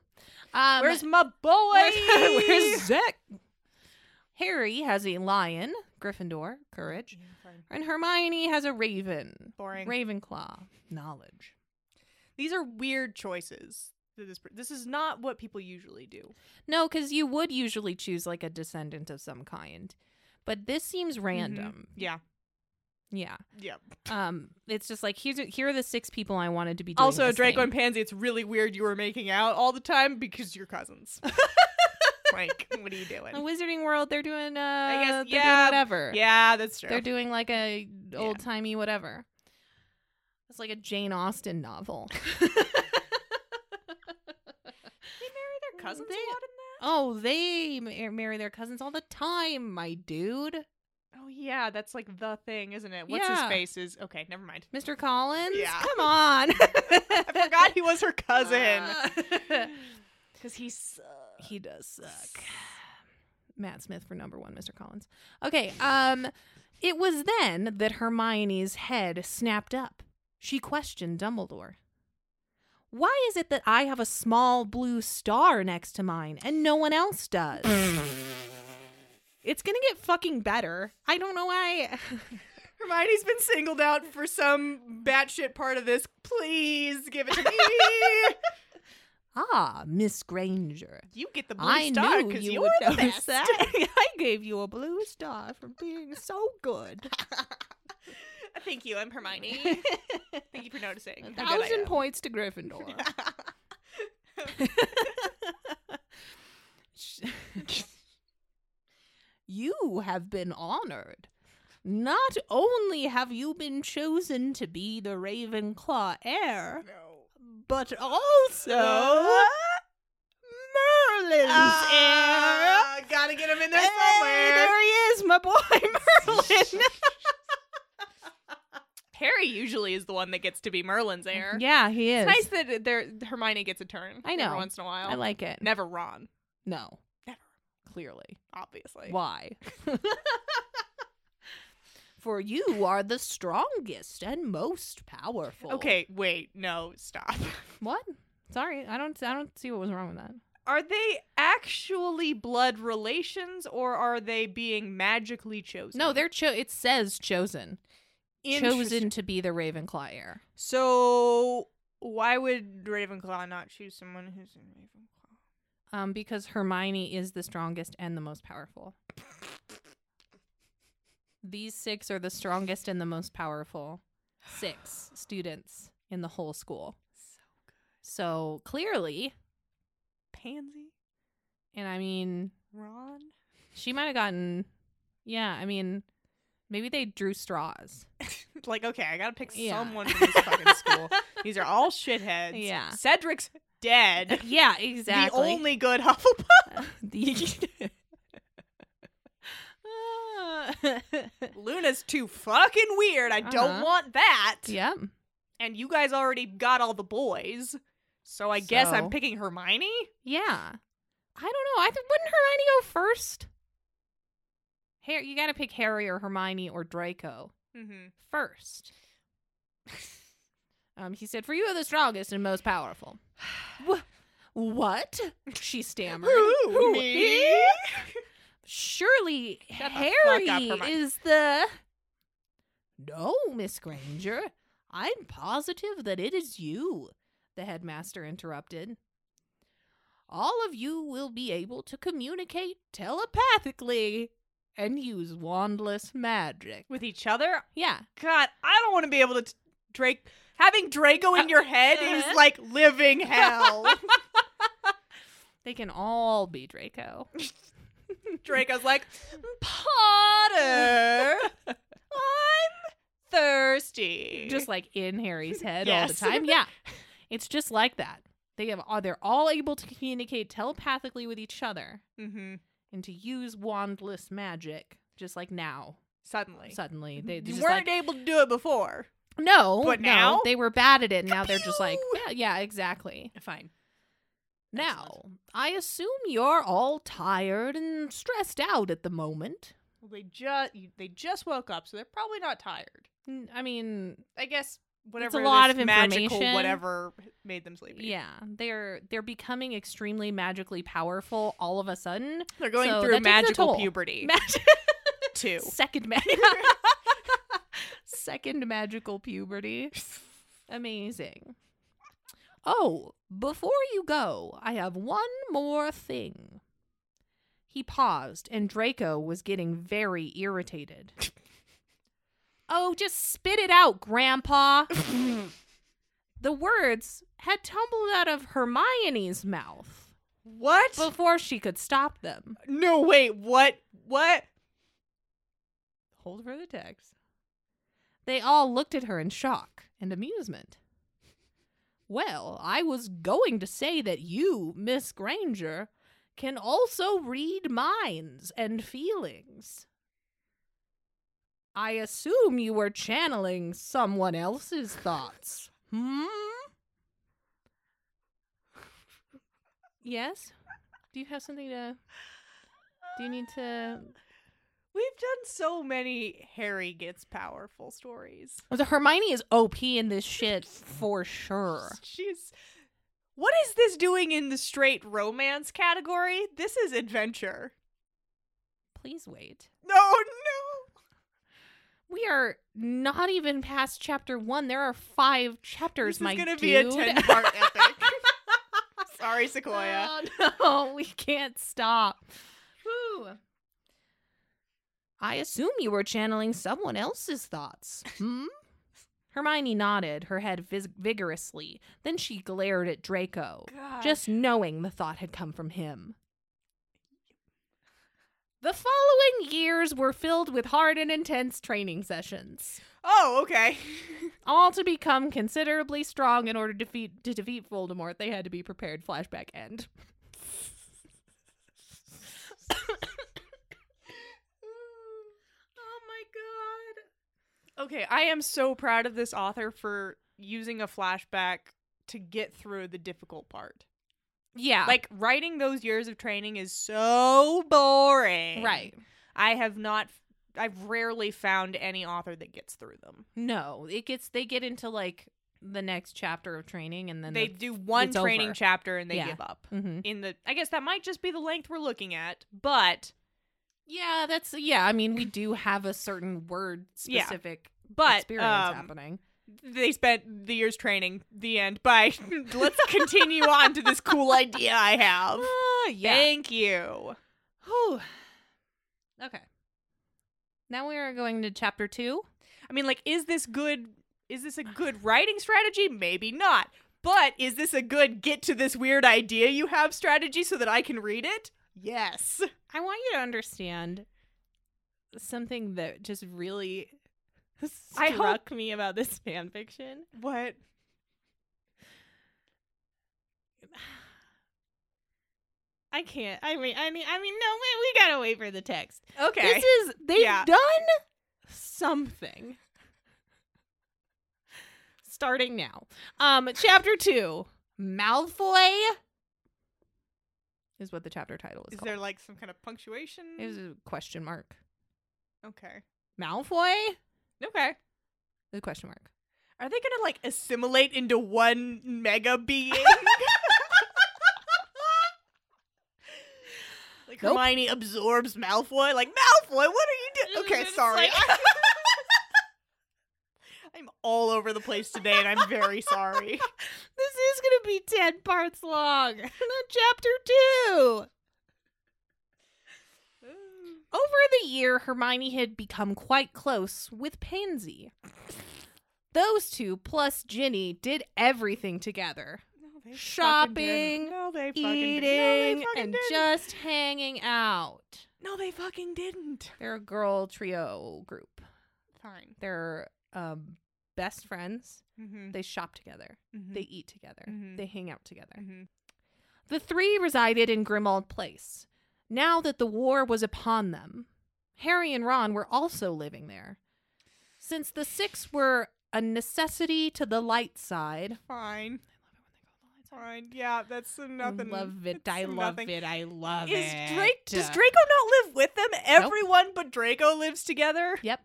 Speaker 2: Um,
Speaker 4: Where's my boy?
Speaker 2: where's, where's Zach? Harry has a lion, Gryffindor, courage,
Speaker 4: Yeah, fine.
Speaker 2: and Hermione has a raven,
Speaker 4: Boring.
Speaker 2: Ravenclaw, knowledge.
Speaker 4: These are weird choices. to this. per- This is not what people usually do.
Speaker 2: No, because you would usually choose like a descendant of some kind, but this seems random.
Speaker 4: Yeah.
Speaker 2: Mm-hmm. Yeah.
Speaker 4: Yeah.
Speaker 2: Um, it's just like here's here are the six people I wanted to be. Doing
Speaker 4: Also,
Speaker 2: this
Speaker 4: Draco
Speaker 2: thing.
Speaker 4: and Pansy, it's really weird you were making out all the time because you're cousins. like, what are you doing?
Speaker 2: the Wizarding World, they're doing uh, I
Speaker 4: guess,
Speaker 2: guess,
Speaker 4: yeah,
Speaker 2: whatever.
Speaker 4: yeah, that's true.
Speaker 2: they're doing like a old timey whatever. It's like a Jane Austen novel.
Speaker 4: their cousins
Speaker 2: They-
Speaker 4: a lot in
Speaker 2: oh, they ma- marry their cousins all the time, my dude.
Speaker 4: that. Oh yeah, that's like the thing, isn't it? What's
Speaker 2: Yeah.
Speaker 4: his face is okay. Never mind.
Speaker 2: Mr. Collins,
Speaker 4: Yeah.
Speaker 2: come on.
Speaker 4: I forgot he was her cousin
Speaker 2: Uh,
Speaker 4: because he sucks.
Speaker 2: he does suck. Matt Smith for number one, Mr. Collins. Okay. Um, it was then that Hermione's head snapped up. She questioned Dumbledore. Why is it that I have a small blue star next to mine and no one else does? it's gonna get fucking better. I don't know why.
Speaker 4: Hermione's been singled out for some batshit part of this. Please give it to me.
Speaker 2: ah, Miss Granger.
Speaker 4: you get the blue
Speaker 2: I
Speaker 4: star
Speaker 2: knew
Speaker 4: because
Speaker 2: you,
Speaker 4: you
Speaker 2: would
Speaker 4: are the best.
Speaker 2: notice that. I gave you a blue star for being so good.
Speaker 4: Thank you. I'm Hermione. Thank you for noticing.
Speaker 2: A
Speaker 4: how good I
Speaker 2: thousand
Speaker 4: am.
Speaker 2: points to Gryffindor. Sh- you have been honored. Not only have you been chosen to be the Ravenclaw heir, but also
Speaker 4: Uh,
Speaker 2: Merlin's heir.
Speaker 4: Ah, gotta get him in there
Speaker 2: Hey,
Speaker 4: somewhere.
Speaker 2: there he is, my boy Merlin.
Speaker 4: Harry usually is the one that gets to be Merlin's heir.
Speaker 2: yeah, he is.
Speaker 4: It's nice that there Hermione gets a turn.
Speaker 2: I know.
Speaker 4: Every once in a while.
Speaker 2: I like it.
Speaker 4: Never Ron,
Speaker 2: No.
Speaker 4: Never.
Speaker 2: Clearly.
Speaker 4: obviously.
Speaker 2: Why? For you are the strongest and most powerful.
Speaker 4: Okay, wait, no, stop.
Speaker 2: What? Sorry, I don't. I don't see what was wrong with that.
Speaker 4: Are they actually blood relations or are they being magically chosen?
Speaker 2: No, they're cho- It says chosen,
Speaker 4: Interesting.
Speaker 2: chosen to be the Ravenclaw heir.
Speaker 4: So why would Ravenclaw not choose someone who's in Ravenclaw?
Speaker 2: Um, because Hermione is the strongest and the most powerful. These six are the strongest and the most powerful six students in the whole school.
Speaker 4: So
Speaker 2: So clearly,
Speaker 4: good. Pansy,
Speaker 2: and I mean,
Speaker 4: Ron.
Speaker 2: She might have gotten. Yeah, I mean, maybe they drew straws.
Speaker 4: like, okay, I gotta pick
Speaker 2: Yeah.
Speaker 4: someone from this fucking school. These are all shitheads.
Speaker 2: Yeah.
Speaker 4: Cedric's dead.
Speaker 2: yeah, exactly.
Speaker 4: The only good Hufflepuff.
Speaker 2: The-
Speaker 4: Luna's too fucking weird. I don't
Speaker 2: Uh-huh.
Speaker 4: want that.
Speaker 2: yep.
Speaker 4: And you guys already got all the boys. So I guess
Speaker 2: So-
Speaker 4: I'm picking Hermione?
Speaker 2: Yeah. I don't know. I th- wouldn't Hermione go first. Har- you got to pick Harry or Hermione or Draco
Speaker 4: Mm-hmm.
Speaker 2: first. um, he said, "For you are the strongest and most powerful." Wh- what? She stammered.
Speaker 4: Who? Me?
Speaker 2: Surely
Speaker 4: Shut the fuck
Speaker 2: Harry
Speaker 4: up, Hermione.
Speaker 2: is the. No, Miss Granger. I'm positive that it is you, the headmaster interrupted. All of you will be able to communicate telepathically and use wandless magic.
Speaker 4: With each other?
Speaker 2: Yeah.
Speaker 4: God, I don't want to be able to. T- Drake. Having Draco in your head
Speaker 2: Uh-huh.
Speaker 4: is like living hell.
Speaker 2: They can all be Draco.
Speaker 4: Draco's like, Potter, I'm thirsty.
Speaker 2: just like in Harry's head
Speaker 4: Yes.
Speaker 2: all the time. Yeah. It's just like that. They have are they're all able to communicate telepathically with each other
Speaker 4: mm-hmm.
Speaker 2: and to use wandless magic just like now.
Speaker 4: suddenly.
Speaker 2: Suddenly they
Speaker 4: you
Speaker 2: just
Speaker 4: weren't
Speaker 2: like,
Speaker 4: able to do it before.
Speaker 2: no,
Speaker 4: but
Speaker 2: no,
Speaker 4: now?
Speaker 2: they were bad at it. And now they're just like
Speaker 4: Ka-pew!
Speaker 2: yeah, yeah, exactly.
Speaker 4: Fine.
Speaker 2: Now, I assume you're all tired and stressed out at the moment.
Speaker 4: Well, they just they just woke up, so they're probably not tired.
Speaker 2: N- I mean,
Speaker 4: I guess whatever.
Speaker 2: lot
Speaker 4: this
Speaker 2: of
Speaker 4: magical
Speaker 2: information.
Speaker 4: whatever made them sleepy.
Speaker 2: yeah, they're they're becoming extremely magically powerful all of a sudden.
Speaker 4: they're going
Speaker 2: So that
Speaker 4: through
Speaker 2: takes a
Speaker 4: magical
Speaker 2: toll.
Speaker 4: puberty
Speaker 2: Magic
Speaker 4: too.
Speaker 2: Second ma- second magical puberty. Amazing. Oh, before you go, I have one more thing. He paused, and Draco was getting very irritated. oh, just spit it out, Grandpa. the words had tumbled out of Hermione's mouth
Speaker 4: What?
Speaker 2: before she could stop them.
Speaker 4: no, wait. What? What? Hold for the text.
Speaker 2: They all looked at her in shock and amusement. Well, I was going to say that you, Miss Granger, can also read minds and feelings. I assume you were channeling someone else's thoughts. Hmm? Yes? Do you have something to. Do you need to.
Speaker 4: We've done so many Harry gets powerful stories.
Speaker 2: The Hermione is OP in this shit for sure.
Speaker 4: She's. What is this doing in the straight romance category? This is adventure.
Speaker 2: Please wait.
Speaker 4: No, no.
Speaker 2: We are not even past chapter one. There are five chapters.
Speaker 4: this
Speaker 2: my
Speaker 4: is gonna
Speaker 2: dude.
Speaker 4: be a ten-part epic. Sorry, Sequoia.
Speaker 2: Oh, no, we can't stop. Whew. I assume you were channeling someone else's thoughts. Hmm. Hermione nodded, her head vis- vigorously. Then she glared at Draco,
Speaker 4: Gosh.
Speaker 2: just knowing the thought had come from him. The following years were filled with hard and intense training sessions.
Speaker 4: Oh, okay.
Speaker 2: all to become considerably strong in order to defeat to defeat Voldemort. They had to be prepared. Flashback end.
Speaker 4: oh my god. Okay, I am so proud of this author for using a flashback to get through the difficult part.
Speaker 2: Yeah,
Speaker 4: Like writing those years of training is so boring.
Speaker 2: right.
Speaker 4: I have not I've rarely found any author that gets through them.
Speaker 2: No, it gets they get into like the next chapter of training, and then
Speaker 4: they
Speaker 2: the-
Speaker 4: do one
Speaker 2: it's
Speaker 4: training
Speaker 2: over.
Speaker 4: chapter and they
Speaker 2: Yeah.
Speaker 4: give up.
Speaker 2: Mhm.
Speaker 4: In the I guess that might just be the length we're looking at, but
Speaker 2: Yeah, that's yeah. I mean, we do have a certain word
Speaker 4: Yeah.
Speaker 2: specific
Speaker 4: but
Speaker 2: experience
Speaker 4: um,
Speaker 2: happening.
Speaker 4: they spent the years training. The end. Bye. Let's continue on to this cool idea I have.
Speaker 2: Ah,
Speaker 4: Thank you.
Speaker 2: Whew. Okay. Now we are going to chapter two.
Speaker 4: I mean, like, is this good? Is this a good writing strategy? Maybe not. But is this a good get to this weird idea you have strategy so that I can read it? Yes.
Speaker 2: I want you to understand something that just really
Speaker 4: I hope-
Speaker 2: struck me about this fan fiction.
Speaker 4: What?
Speaker 2: I can't. I mean, I mean, I mean, no, wait, we gotta wait for the text.
Speaker 4: Okay.
Speaker 2: This is they've
Speaker 4: Yeah.
Speaker 2: done something. Starting now, um, chapter two, Malfoy is what the chapter title is.
Speaker 4: is
Speaker 2: called.
Speaker 4: there like some kind of punctuation?
Speaker 2: It was a question mark.
Speaker 4: okay.
Speaker 2: Malfoy?
Speaker 4: Okay.
Speaker 2: The question mark.
Speaker 4: Are they gonna like assimilate into one mega being? like
Speaker 2: Nope.
Speaker 4: Hermione absorbs Malfoy. Like Malfoy, what are you doing? Okay,
Speaker 2: It's
Speaker 4: sorry.
Speaker 2: like-
Speaker 4: I'm all over the place today, and I'm very sorry.
Speaker 2: This is going to be 10 parts long. Not chapter 2. Over the year, Hermione had become quite close with Pansy. Those two, plus Ginny, did everything together
Speaker 4: No, they fucking didn't.
Speaker 2: Shopping,
Speaker 4: No, they fucking didn't. No,
Speaker 2: eating,
Speaker 4: they fucking
Speaker 2: and
Speaker 4: didn't.
Speaker 2: just hanging out.
Speaker 4: no, they fucking didn't.
Speaker 2: They're a girl trio group.
Speaker 4: Fine.
Speaker 2: They're um, best friends.
Speaker 4: Mm-hmm.
Speaker 2: They shop together, they eat together,
Speaker 4: Mhm.
Speaker 2: they hang out together.
Speaker 4: mm-hmm.
Speaker 2: The three resided in Grimald Place. Now that the war was upon them, Harry and Ron were also living there. Since the six were a necessity to the light side,
Speaker 4: Fine. Fine. Yeah, that's nothing.
Speaker 2: I love it.
Speaker 4: it's
Speaker 2: I love
Speaker 4: nothing.
Speaker 2: it. I love
Speaker 4: Is
Speaker 2: it.
Speaker 4: Drake does Draco not live with them? Everyone but Draco lives together.
Speaker 2: Yep.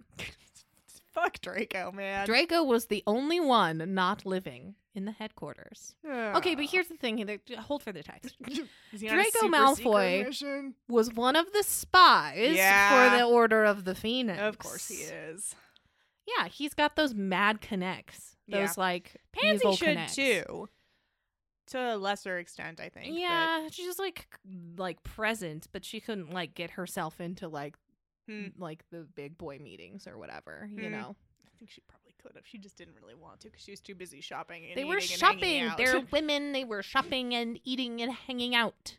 Speaker 4: Fuck Draco, man.
Speaker 2: Draco was the only one not living in the headquarters.
Speaker 4: Ugh.
Speaker 2: Okay, but here's the thing. here- Hold for the text.
Speaker 4: Is he on a
Speaker 2: Draco
Speaker 4: super
Speaker 2: Malfoy-
Speaker 4: secret mission?
Speaker 2: Was one of the spies for
Speaker 4: Yeah.
Speaker 2: the Order of the Phoenix.
Speaker 4: Of course he is.
Speaker 2: Yeah, he's got those mad connects. Those
Speaker 4: Yeah.
Speaker 2: like
Speaker 4: Pansy
Speaker 2: evil
Speaker 4: should
Speaker 2: connects.
Speaker 4: too. to a lesser extent, I think. but-
Speaker 2: yeah, she's just like c- like present, but she couldn't like get herself into like
Speaker 4: Hmm.
Speaker 2: like the big boy meetings or whatever. You
Speaker 4: Hmm.
Speaker 2: know,
Speaker 4: I think she probably could have. She just didn't really want to because she was too busy shopping. And
Speaker 2: they were
Speaker 4: eating and hanging
Speaker 2: shopping.
Speaker 4: out.
Speaker 2: They're women. They were shopping and eating and hanging out.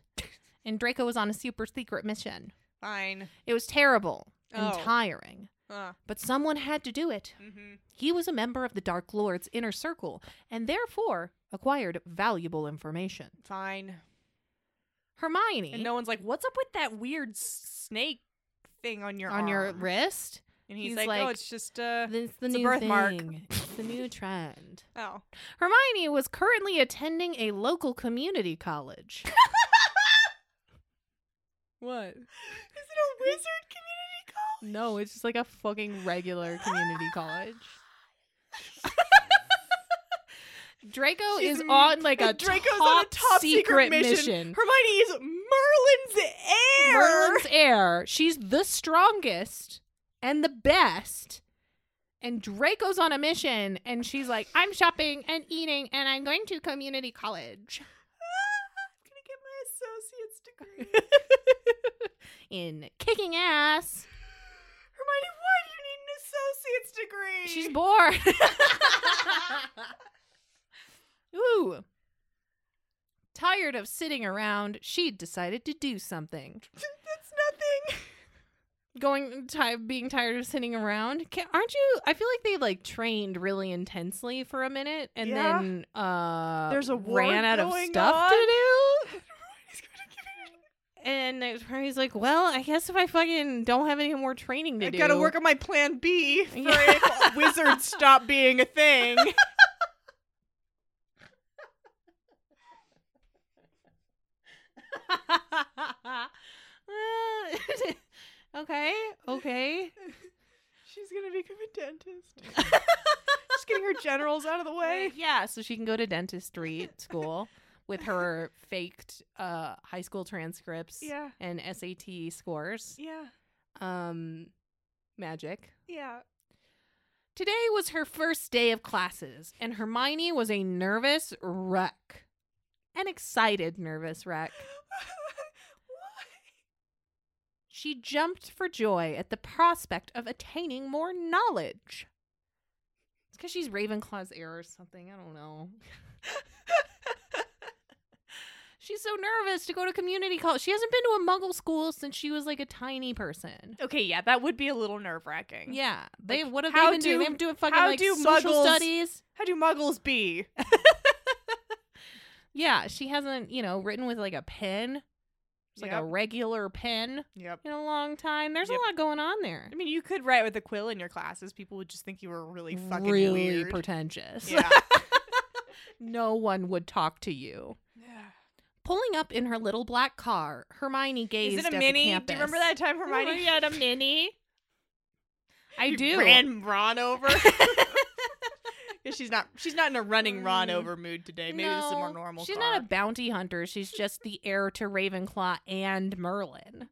Speaker 2: And Draco was on a super secret mission.
Speaker 4: fine.
Speaker 2: It was terrible and
Speaker 4: Oh.
Speaker 2: tiring,
Speaker 4: Uh,
Speaker 2: but someone had to do it.
Speaker 4: mm-hmm.
Speaker 2: He was a member of the Dark Lord's inner circle and therefore acquired valuable information.
Speaker 4: Fine.
Speaker 2: Hermione
Speaker 4: And no one's like, "What's up with that weird s- snake thing on your
Speaker 2: on your
Speaker 4: arm?"
Speaker 2: wrist.
Speaker 4: And he's,
Speaker 2: he's
Speaker 4: like, "Oh,
Speaker 2: like,
Speaker 4: it's just uh
Speaker 2: It's the
Speaker 4: It's a
Speaker 2: new
Speaker 4: birthmark.
Speaker 2: thing. It's the new trend.
Speaker 4: oh."
Speaker 2: Hermione was currently attending a local community college.
Speaker 4: What? Is it a wizard community college?
Speaker 2: no, it's just like a fucking regular community college. Draco
Speaker 4: She's
Speaker 2: is
Speaker 4: m-
Speaker 2: on like a
Speaker 4: Draco's
Speaker 2: top,
Speaker 4: on a top
Speaker 2: secret,
Speaker 4: secret
Speaker 2: mission.
Speaker 4: Hermione is Merlin's heir.
Speaker 2: Merlin's heir. She's the strongest and the best. And Draco's on a mission, and she's like, I'm shopping and eating, and I'm going to community college.
Speaker 4: I'm gonna get my associate's degree.
Speaker 2: in kicking ass.
Speaker 4: Hermione, why do you need an associate's degree?
Speaker 2: She's bored. Ooh. Tired of sitting around, she decided to do something.
Speaker 4: That's nothing.
Speaker 2: Going ti being tired of sitting around. Ca aren't you I feel like they like trained really intensely for a minute and
Speaker 4: Yeah.
Speaker 2: then uh
Speaker 4: There's a war
Speaker 2: ran out of
Speaker 4: going
Speaker 2: stuff
Speaker 4: on.
Speaker 2: to do. And it was- he's like, "Well, I guess if I fucking don't have any more training to
Speaker 4: I
Speaker 2: do,
Speaker 4: gotta work on my plan B for
Speaker 2: Yeah.
Speaker 4: if wizards stop being a thing.
Speaker 2: okay, okay.
Speaker 4: She's gonna become a dentist. Just getting her generals out of the way.
Speaker 2: Yeah, so she can go to dentistry at school with her faked uh, high school transcripts
Speaker 4: Yeah.
Speaker 2: and SAT scores.
Speaker 4: Yeah.
Speaker 2: Um, magic.
Speaker 4: Yeah.
Speaker 2: Today was her first day of classes, and Hermione was a nervous wreck. An excited, nervous wreck. She jumped for joy at the prospect of attaining more knowledge. It's because she's Ravenclaw's heir or something. I don't know. she's so nervous to go to community college. She hasn't been to a muggle school since she was like a tiny person.
Speaker 4: okay, yeah, that would be a little nerve wracking.
Speaker 2: Yeah. They what have
Speaker 4: how
Speaker 2: they been doing?
Speaker 4: do-
Speaker 2: They've been doing fucking
Speaker 4: how
Speaker 2: like
Speaker 4: do
Speaker 2: social
Speaker 4: muggles-
Speaker 2: studies.
Speaker 4: How do muggles be?
Speaker 2: Yeah, she hasn't, you know, written with like a pen. It's like a
Speaker 4: Yep.
Speaker 2: regular pen
Speaker 4: Yep.
Speaker 2: in a long time. There's
Speaker 4: Yep.
Speaker 2: a lot going on there.
Speaker 4: I mean, you could write with a quill in your classes. People would just think you were really fucking
Speaker 2: really
Speaker 4: weird.
Speaker 2: pretentious.
Speaker 4: yeah.
Speaker 2: no one would talk to you. Pulling up in her little black car, Hermione gazed
Speaker 4: Is it
Speaker 2: at
Speaker 4: a
Speaker 2: the
Speaker 4: mini? Do
Speaker 2: campus.
Speaker 4: you remember that time Hermione
Speaker 2: Hermione had a mini. I do.
Speaker 4: ran Ron over? Yeah, she's not. She's not in a running Ron
Speaker 2: Mm.
Speaker 4: over mood today. Maybe this is a more
Speaker 2: No,
Speaker 4: normal.
Speaker 2: She's
Speaker 4: car.
Speaker 2: not a bounty hunter. She's just the heir to Ravenclaw and Merlin.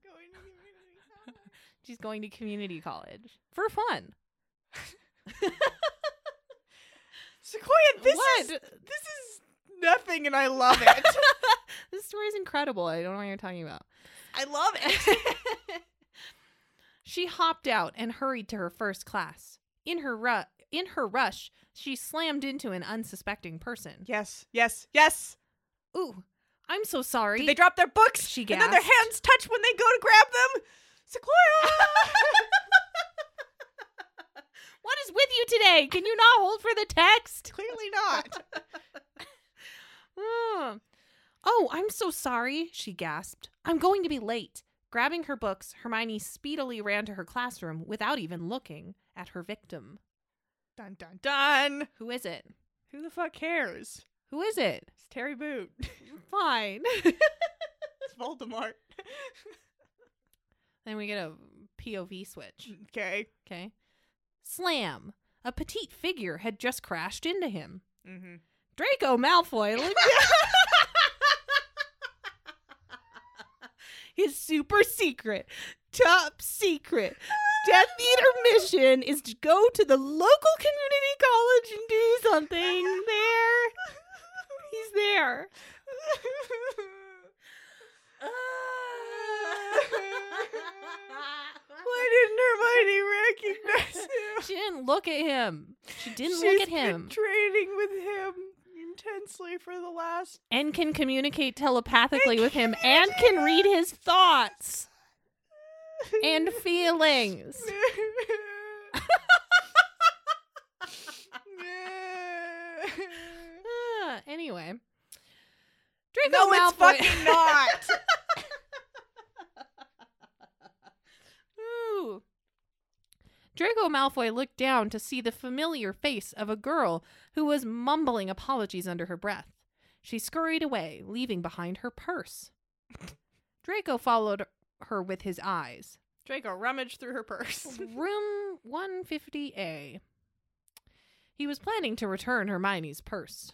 Speaker 2: She's going to community college for fun.
Speaker 4: Sequoia, this is
Speaker 2: What?
Speaker 4: this is nothing, and I love it.
Speaker 2: This story is incredible. I don't know what you're talking about.
Speaker 4: I love it.
Speaker 2: She hopped out and hurried to her first class. In her ru- in her rush, she slammed into an unsuspecting person.
Speaker 4: yes, yes, yes.
Speaker 2: Ooh, I'm so sorry.
Speaker 4: Did they drop their books?
Speaker 2: She
Speaker 4: and then their
Speaker 2: gasped.
Speaker 4: hands touch when they go to grab them. Sequoia,
Speaker 2: what is with you today? Can you not hold for the text?
Speaker 4: clearly not.
Speaker 2: Mm. Oh, I'm so sorry, she gasped. I'm going to be late. Grabbing her books, Hermione speedily ran to her classroom without even looking at her victim.
Speaker 4: Dun dun dun.
Speaker 2: Who is it?
Speaker 4: Who the fuck cares?
Speaker 2: Who is it?
Speaker 4: It's Terry Boot.
Speaker 2: Fine.
Speaker 4: it's Voldemort.
Speaker 2: then we get a POV switch.
Speaker 4: okay.
Speaker 2: Okay. Slam! A petite figure had just crashed into him.
Speaker 4: Mm-hmm.
Speaker 2: Draco Malfoy looked. His super secret, top secret Death Eater mission is to go to the local community college and do something there.
Speaker 4: He's there. Why didn't Hermione recognize him?
Speaker 2: she didn't look at him. She didn't
Speaker 4: She's
Speaker 2: look at him.
Speaker 4: Been training with him intensely for the last.
Speaker 2: and can communicate telepathically with him
Speaker 4: can
Speaker 2: and can read his thoughts and feelings. Ah, anyway. Draco
Speaker 4: no, it's
Speaker 2: Malfoy.
Speaker 4: fucking not.
Speaker 2: Ooh. Draco Malfoy looked down to see the familiar face of a girl who was mumbling apologies under her breath. She scurried away, leaving behind her purse. Draco followed her with his eyes.
Speaker 4: Draco rummaged through her purse.
Speaker 2: Room 150A. He was planning to return Hermione's purse.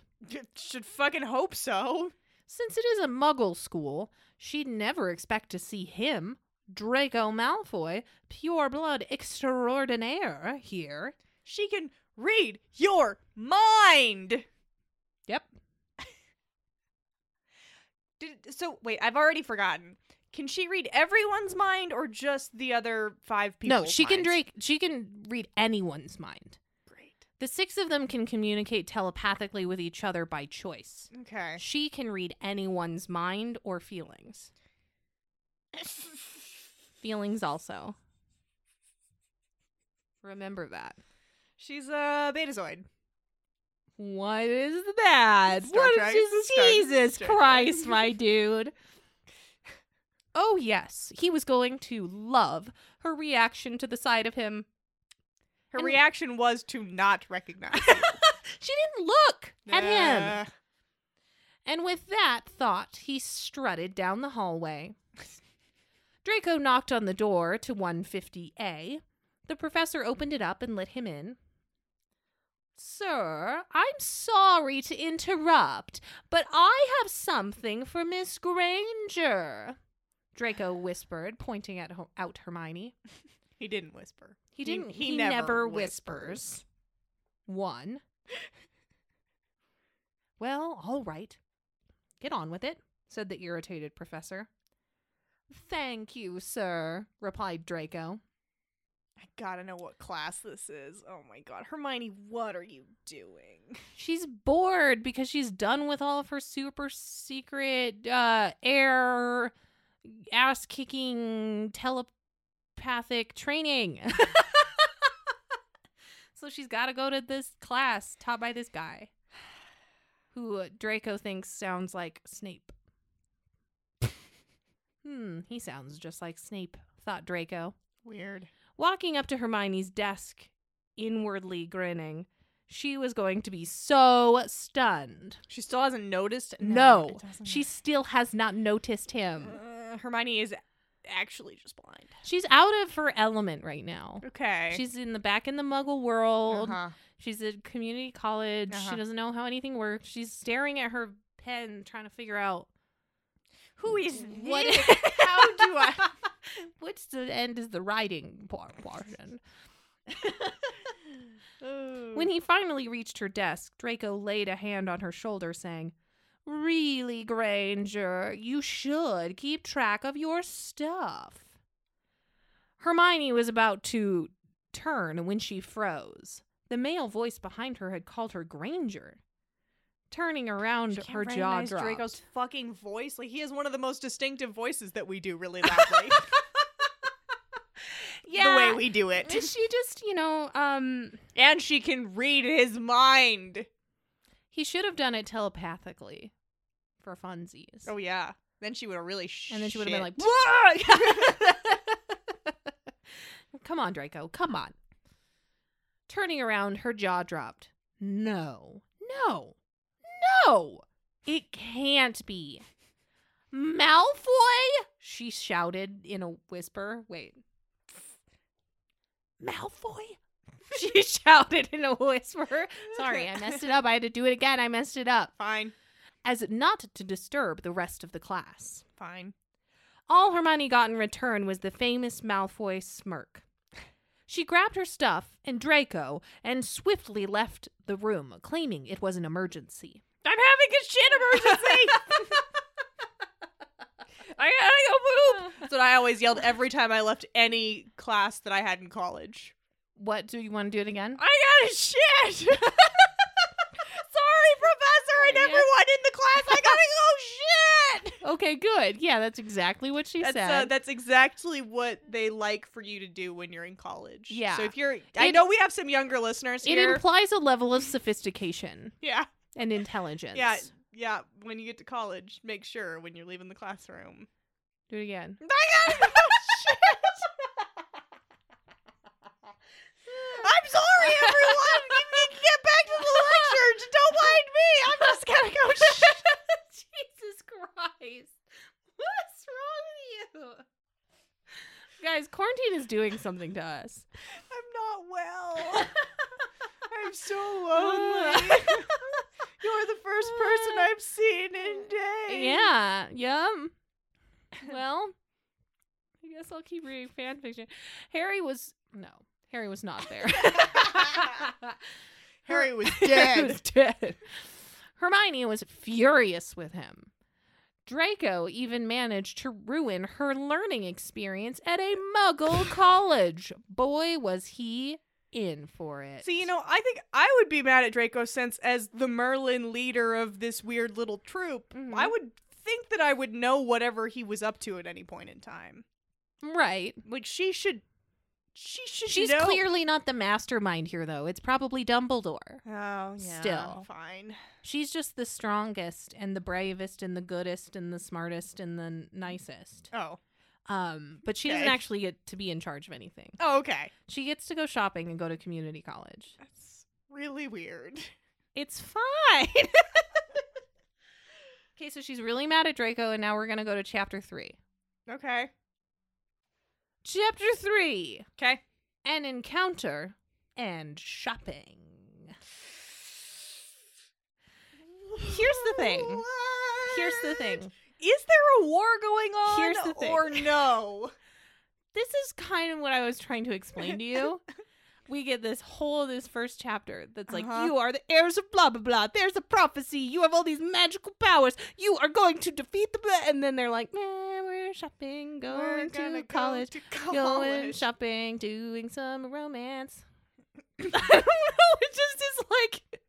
Speaker 4: Should fucking hope so.
Speaker 2: Since it is a muggle school, she'd never expect to see him, Draco Malfoy, pure blood extraordinaire, here.
Speaker 4: She can read your mind.
Speaker 2: Yep.
Speaker 4: Did, so wait, I've already forgotten. Can she read everyone's mind or just the other five people?
Speaker 2: no, she can drink she can read anyone's mind.
Speaker 4: Great.
Speaker 2: The six of them can communicate telepathically with each other by choice.
Speaker 4: Okay.
Speaker 2: She can read anyone's mind or feelings. Feelings also. Remember that.
Speaker 4: She's a betazoid.
Speaker 2: What is that?
Speaker 4: Star
Speaker 2: what
Speaker 4: Trek.
Speaker 2: is this?
Speaker 4: Star-
Speaker 2: Jesus
Speaker 4: Star Trek.
Speaker 2: Christ, my dude. Oh yes, he was going to love her reaction to the side of him.
Speaker 4: Her
Speaker 2: And-
Speaker 4: reaction was to not recognize
Speaker 2: She didn't look at him.
Speaker 4: Uh,
Speaker 2: And with that thought, he strutted down the hallway. Draco knocked on the door to 150A. The professor opened it up and let him in. Sir, I'm sorry to interrupt, but I have something for Miss Granger, Draco whispered, pointing at ho- out Hermione.
Speaker 4: He didn't whisper.
Speaker 2: He didn't. He,
Speaker 4: he
Speaker 2: never,
Speaker 4: never
Speaker 2: whispers. One. well, all right. Get on with it, said the irritated professor. Thank you, sir, replied Draco.
Speaker 4: I gotta know what class this is. Oh my god. Hermione, what are you doing?
Speaker 2: She's bored because she's done with all of her super secret uh air ass kicking telepathic training. so she's got to go to this class taught by this guy who uh, Draco thinks sounds like Snape. hmm, he sounds just like Snape, thought Draco.
Speaker 4: Weird.
Speaker 2: Walking up to Hermione's desk, inwardly grinning, she was going to be so stunned.
Speaker 4: She still hasn't noticed?
Speaker 2: No,
Speaker 4: it doesn't
Speaker 2: she still has not noticed him.
Speaker 4: matter. Uh, Hermione is actually just blind.
Speaker 2: She's out of her element right now.
Speaker 4: Okay.
Speaker 2: She's in the back in the muggle world.
Speaker 4: Uh-huh.
Speaker 2: She's at community college.
Speaker 4: Uh-huh.
Speaker 2: She doesn't know how anything works. She's staring at her pen, trying to figure out
Speaker 4: Who is
Speaker 2: what.
Speaker 4: this? How do I?
Speaker 2: Which the end is the writing par- portion. When
Speaker 4: Mm.
Speaker 2: he finally reached her desk, Draco laid a hand on her shoulder, saying, Really, Granger, you should keep track of your stuff. Hermione was about to turn when she froze. The male voice behind her had called her Granger. Turning around,
Speaker 4: She can't
Speaker 2: her jaw
Speaker 4: recognize
Speaker 2: dropped.
Speaker 4: Draco's fucking voice. Like he has one of the most distinctive voices that we do really loudly. The way we do it.
Speaker 2: she just, you know, um,
Speaker 4: And she can read his mind.
Speaker 2: he should have done it telepathically for funsies.
Speaker 4: Oh yeah. Then she would have really
Speaker 2: And then she would've been
Speaker 4: shit.
Speaker 2: like, come on, Draco, come on. Turning around, her jaw dropped. No, no, no, it can't be. Malfoy? She shouted in a whisper. Wait. Malfoy? She shouted in a whisper. Sorry, I messed it up. I had to do it again. I messed it up.
Speaker 4: Fine.
Speaker 2: As not to disturb the rest of the class.
Speaker 4: Fine.
Speaker 2: All Hermione got in return was the famous Malfoy smirk. She grabbed her stuff and Draco and swiftly left the room, claiming it was an emergency.
Speaker 4: I'm having a shit emergency. I gotta go poop. That's what I always yelled every time I left any class that I had in college.
Speaker 2: What do you want to do it again?
Speaker 4: I gotta shit. Sorry, professor and
Speaker 2: Yeah.
Speaker 4: everyone in the class. I gotta go shit.
Speaker 2: Okay, good. Yeah, that's exactly what she
Speaker 4: That's
Speaker 2: said.
Speaker 4: uh, that's exactly what they like for you to do when you're in college.
Speaker 2: Yeah.
Speaker 4: So if you're, I
Speaker 2: It-
Speaker 4: know we have some younger listeners
Speaker 2: it
Speaker 4: here.
Speaker 2: implies a level of sophistication
Speaker 4: yeah.
Speaker 2: and intelligence.
Speaker 4: Yeah. Yeah. When you get to college, make sure when you're leaving the classroom.
Speaker 2: Do it again.
Speaker 4: I gotta go shit. I'm sorry, everyone. You can get back to the lecture. Just Don't mind me. I'm just gonna go shit.
Speaker 2: Oh, Jesus Christ. What's wrong with you? Guys, quarantine is doing something to us.
Speaker 4: I'm not well. I'm so lonely. You're the first person I've seen in days.
Speaker 2: yeah. Yum. Well, I guess I'll keep reading fan fiction. Harry was no. Harry was not there.
Speaker 4: Harry was
Speaker 2: Harry
Speaker 4: dead.
Speaker 2: was dead. Hermione was furious with him. Draco even managed to ruin her learning experience at a muggle college. Boy, was he in for it.
Speaker 4: See, you know, I think I would be mad at Draco since, as the Merlin leader of this weird little troop,
Speaker 2: Mhm.
Speaker 4: I would think that I would know whatever he was up to at any point in time.
Speaker 2: Right.
Speaker 4: Like she should, she should.
Speaker 2: She's
Speaker 4: know.
Speaker 2: clearly not the mastermind here, though. It's probably Dumbledore.
Speaker 4: Oh yeah.
Speaker 2: Still.
Speaker 4: fine.
Speaker 2: She's just the strongest and the bravest and the goodest and the smartest and the nicest.
Speaker 4: Oh.
Speaker 2: Um, but she doesn't
Speaker 4: Okay.
Speaker 2: actually get to be in charge of anything.
Speaker 4: Oh okay.
Speaker 2: She gets to go shopping and go to community college.
Speaker 4: That's really weird.
Speaker 2: It's fine. okay, so she's really mad at Draco, and now we're gonna go to chapter three.
Speaker 4: Okay.
Speaker 2: Chapter three:
Speaker 4: Okay.
Speaker 2: an encounter and shopping. Here's the thing. Here's the thing.
Speaker 4: Is there a war going on?
Speaker 2: Here's the thing.
Speaker 4: Or no?
Speaker 2: This is kind of what I was trying to explain to you. We get this whole this first chapter that's like
Speaker 4: Uh-huh.
Speaker 2: you are the heirs of blah blah blah. There's a prophecy. You have all these magical powers. You are going to defeat the blah. and then they're like, man, we're shopping,
Speaker 4: We're
Speaker 2: going
Speaker 4: gonna
Speaker 2: to
Speaker 4: go
Speaker 2: college.
Speaker 4: to
Speaker 2: going
Speaker 4: college.
Speaker 2: shopping, doing some romance. I don't know. It just is like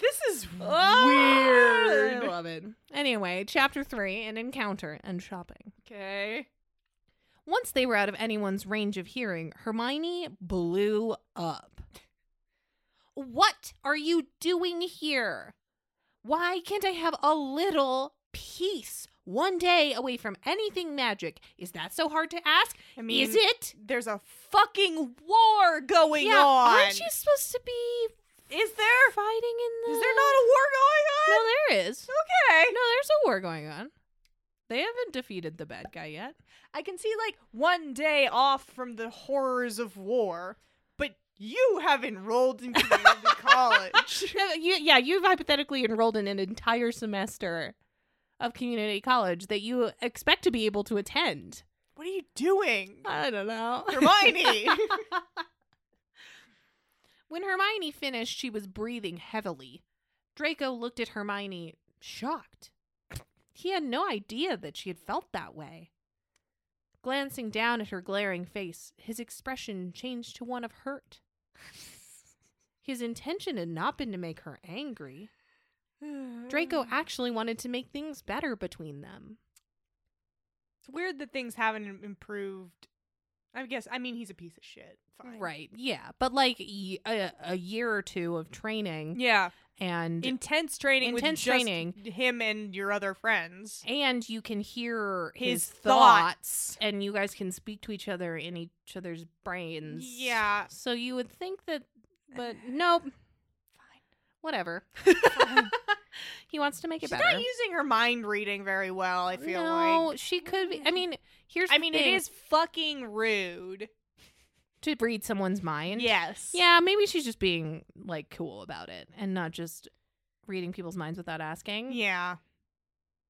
Speaker 4: This is
Speaker 2: I
Speaker 4: weird.
Speaker 2: love it. Anyway, chapter three: an encounter and shopping.
Speaker 4: Okay.
Speaker 2: Once they were out of anyone's range of hearing, Hermione blew up. What are you doing here? Why can't I have a little peace? One day away from anything magic. Is that so hard to ask?
Speaker 4: I mean,
Speaker 2: is it?
Speaker 4: There's a fucking war going on.
Speaker 2: aren't you supposed to be
Speaker 4: Is there?
Speaker 2: fighting in the?
Speaker 4: Is there not a war going on?
Speaker 2: No, there is.
Speaker 4: Okay.
Speaker 2: No, there's a war going on. They haven't defeated the bad guy yet.
Speaker 4: I can see like one day off from the horrors of war, but you have enrolled in community college.
Speaker 2: No, Uh, you, yeah, you've hypothetically enrolled in an entire semester of community college that you expect to be able to attend.
Speaker 4: What are you doing?
Speaker 2: I don't know.
Speaker 4: Hermione.
Speaker 2: When Hermione finished, she was breathing heavily. Draco looked at Hermione, shocked. He had no idea that she had felt that way. Glancing down at her glaring face, his expression changed to one of hurt. His intention had not been to make her angry. Draco
Speaker 4: Mm.
Speaker 2: actually wanted to make things better between them.
Speaker 4: It's weird that things haven't im- improved. I guess I mean he's a piece of shit. Fine.
Speaker 2: Right, yeah. But like y- a, a year or two of training
Speaker 4: Yeah.
Speaker 2: and
Speaker 4: Intense training with
Speaker 2: Intense
Speaker 4: just
Speaker 2: training.
Speaker 4: him and your other friends.
Speaker 2: and you can hear
Speaker 4: His
Speaker 2: his, thoughts. and you guys can speak to each other in each other's brains.
Speaker 4: Yeah.
Speaker 2: So you would think that but nope. Whatever. he wants to make
Speaker 4: She's
Speaker 2: it better.
Speaker 4: not using her mind reading very well, I feel
Speaker 2: no,
Speaker 4: like.
Speaker 2: she could be. I mean, here's
Speaker 4: I
Speaker 2: the
Speaker 4: mean, it
Speaker 2: thing,
Speaker 4: is fucking rude.
Speaker 2: to read someone's mind.
Speaker 4: Yes.
Speaker 2: Yeah, maybe she's just being like cool about it and not just reading people's minds without asking,
Speaker 4: Yeah.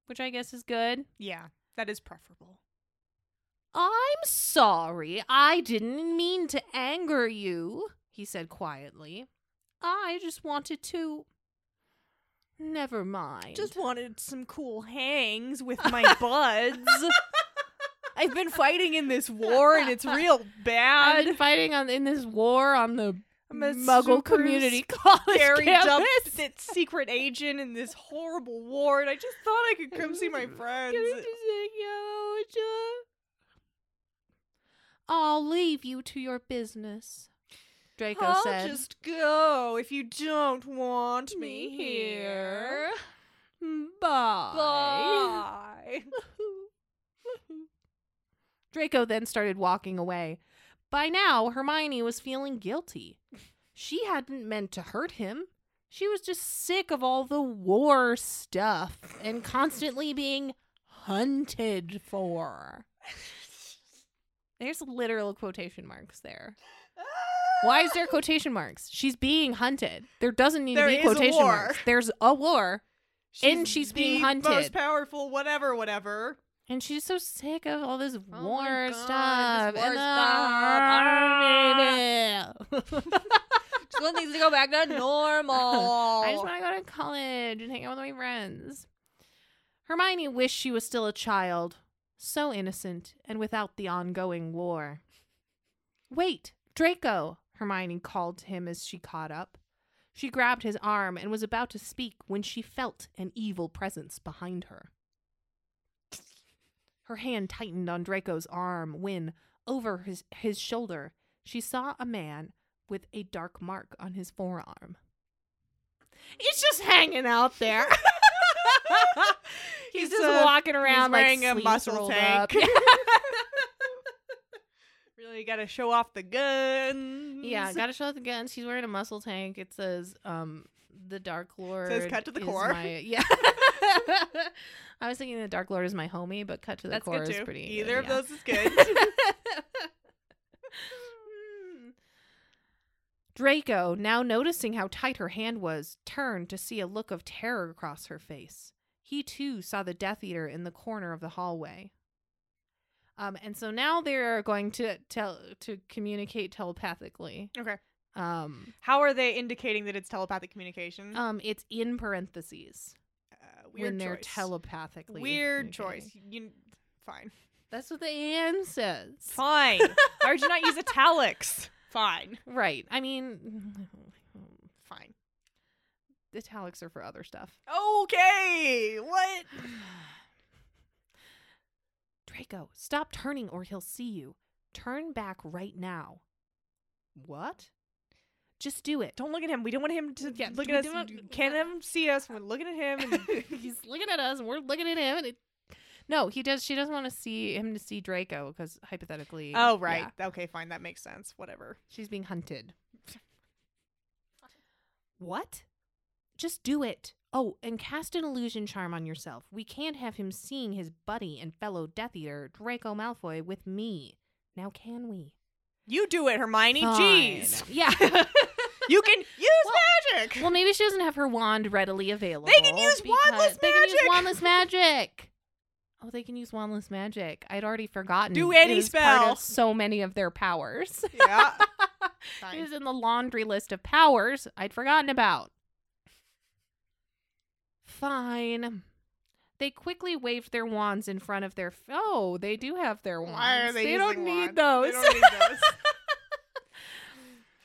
Speaker 2: which I guess is good.
Speaker 4: Yeah. That is preferable.
Speaker 2: I'm sorry. I didn't mean to anger you, he said quietly. I just wanted to Never mind.
Speaker 4: Just wanted some cool hangs with my buds. I've been fighting in this war and it's real
Speaker 2: I've
Speaker 4: bad.
Speaker 2: been fighting on in this war on the
Speaker 4: I'm a
Speaker 2: Muggle
Speaker 4: super
Speaker 2: community college
Speaker 4: scary
Speaker 2: campus.
Speaker 4: that secret agent in this horrible war, and I just thought I could come see my friends.
Speaker 2: I'll leave you to your business. Draco
Speaker 4: I'll
Speaker 2: said.
Speaker 4: just go if you don't want me here.
Speaker 2: Bye.
Speaker 4: Bye.
Speaker 2: Draco then started walking away. By now, Hermione was feeling guilty. She hadn't meant to hurt him. She was just sick of all the war stuff and constantly being hunted for. There's literal quotation marks there. Why is there quotation marks? She's being hunted. There doesn't need
Speaker 4: There
Speaker 2: to
Speaker 4: is
Speaker 2: be
Speaker 4: a
Speaker 2: quotation
Speaker 4: war.
Speaker 2: marks. There's a war, And she's
Speaker 4: the
Speaker 2: being
Speaker 4: Most
Speaker 2: hunted.
Speaker 4: powerful, whatever, whatever.
Speaker 2: and she's so sick of all this
Speaker 4: Oh my
Speaker 2: war
Speaker 4: God, this
Speaker 2: stuff.
Speaker 4: war
Speaker 2: and uh, the army.
Speaker 4: Just want things to go back to normal.
Speaker 2: I just want to go to college and hang out with my friends. Hermione wished she was still a child, so innocent and without the ongoing war. Wait, Draco, Hermione called to him as she caught up. She grabbed his arm and was about to speak when she felt an evil presence behind her. Her hand tightened on Draco's arm when, over his, his shoulder, she saw a man with a dark mark on his forearm. It's just hanging out there. he's,
Speaker 4: He's,
Speaker 2: just
Speaker 4: uh,
Speaker 2: walking around like,
Speaker 4: wearing a
Speaker 2: sleeves
Speaker 4: muscle
Speaker 2: rolled
Speaker 4: tank.
Speaker 2: up.
Speaker 4: really got to show off the guns.
Speaker 2: yeah, gotta show the guns. He's wearing a muscle tank. It says, um, the Dark Lord.
Speaker 4: cut to the
Speaker 2: is
Speaker 4: core.
Speaker 2: my- yeah. I was thinking the Dark Lord is my homie, but cut to the
Speaker 4: That's
Speaker 2: core
Speaker 4: good
Speaker 2: is
Speaker 4: too.
Speaker 2: pretty.
Speaker 4: Either of
Speaker 2: good, yeah.
Speaker 4: those is good.
Speaker 2: Draco, now noticing how tight her hand was, turned to see a look of terror across her face. He too saw the Death Eater in the corner of the hallway. Um, and so now they are going to tell to communicate telepathically.
Speaker 4: okay.
Speaker 2: Um,
Speaker 4: How are they indicating that it's telepathic communication?
Speaker 2: um, it's in parentheses
Speaker 4: uh, Mm-hmm. weird
Speaker 2: when they're
Speaker 4: choice.
Speaker 2: telepathically.
Speaker 4: Weird
Speaker 2: communicating.
Speaker 4: choice. You, fine.
Speaker 2: That's what the AN says.
Speaker 4: Fine. Why would you not use italics? Fine.
Speaker 2: Right. I mean,
Speaker 4: Fine.
Speaker 2: italics are for other stuff.
Speaker 4: Okay. What?
Speaker 2: Draco, stop turning or he'll see you. Turn back right now. What? Just do it.
Speaker 4: Don't look at him. We don't want him to
Speaker 2: Yeah,
Speaker 4: look
Speaker 2: we
Speaker 4: at us.
Speaker 2: don't-
Speaker 4: Can't let him see us. We're looking at him. And
Speaker 2: He's looking at us and we're looking at him and it No, he does she doesn't want to see him to see Draco because hypothetically
Speaker 4: oh, right.
Speaker 2: yeah,
Speaker 4: Okay, fine. That makes sense. Whatever.
Speaker 2: she's being hunted. what? Just do it. Oh, and cast an illusion charm on yourself. We can't have him seeing his buddy and fellow Death Eater, Draco Malfoy, with me. Now can we?
Speaker 4: You do it, Hermione.
Speaker 2: Fine.
Speaker 4: Jeez.
Speaker 2: Yeah.
Speaker 4: You can use magic.
Speaker 2: Well, maybe she doesn't have her wand readily available.
Speaker 4: use
Speaker 2: because-
Speaker 4: wandless
Speaker 2: They can use
Speaker 4: magic!
Speaker 2: wandless magic. Oh, they can use wandless magic. I'd already forgotten.
Speaker 4: Do any
Speaker 2: it is Part
Speaker 4: spell.
Speaker 2: of so many of their powers.
Speaker 4: yeah.
Speaker 2: It
Speaker 4: Fine.
Speaker 2: is in the laundry list of powers I'd forgotten about. Fine. They quickly waved their wands in front of their. F- oh, they do have their wands.
Speaker 4: Why are they using
Speaker 2: don't
Speaker 4: wands?
Speaker 2: need those.
Speaker 4: They don't need those.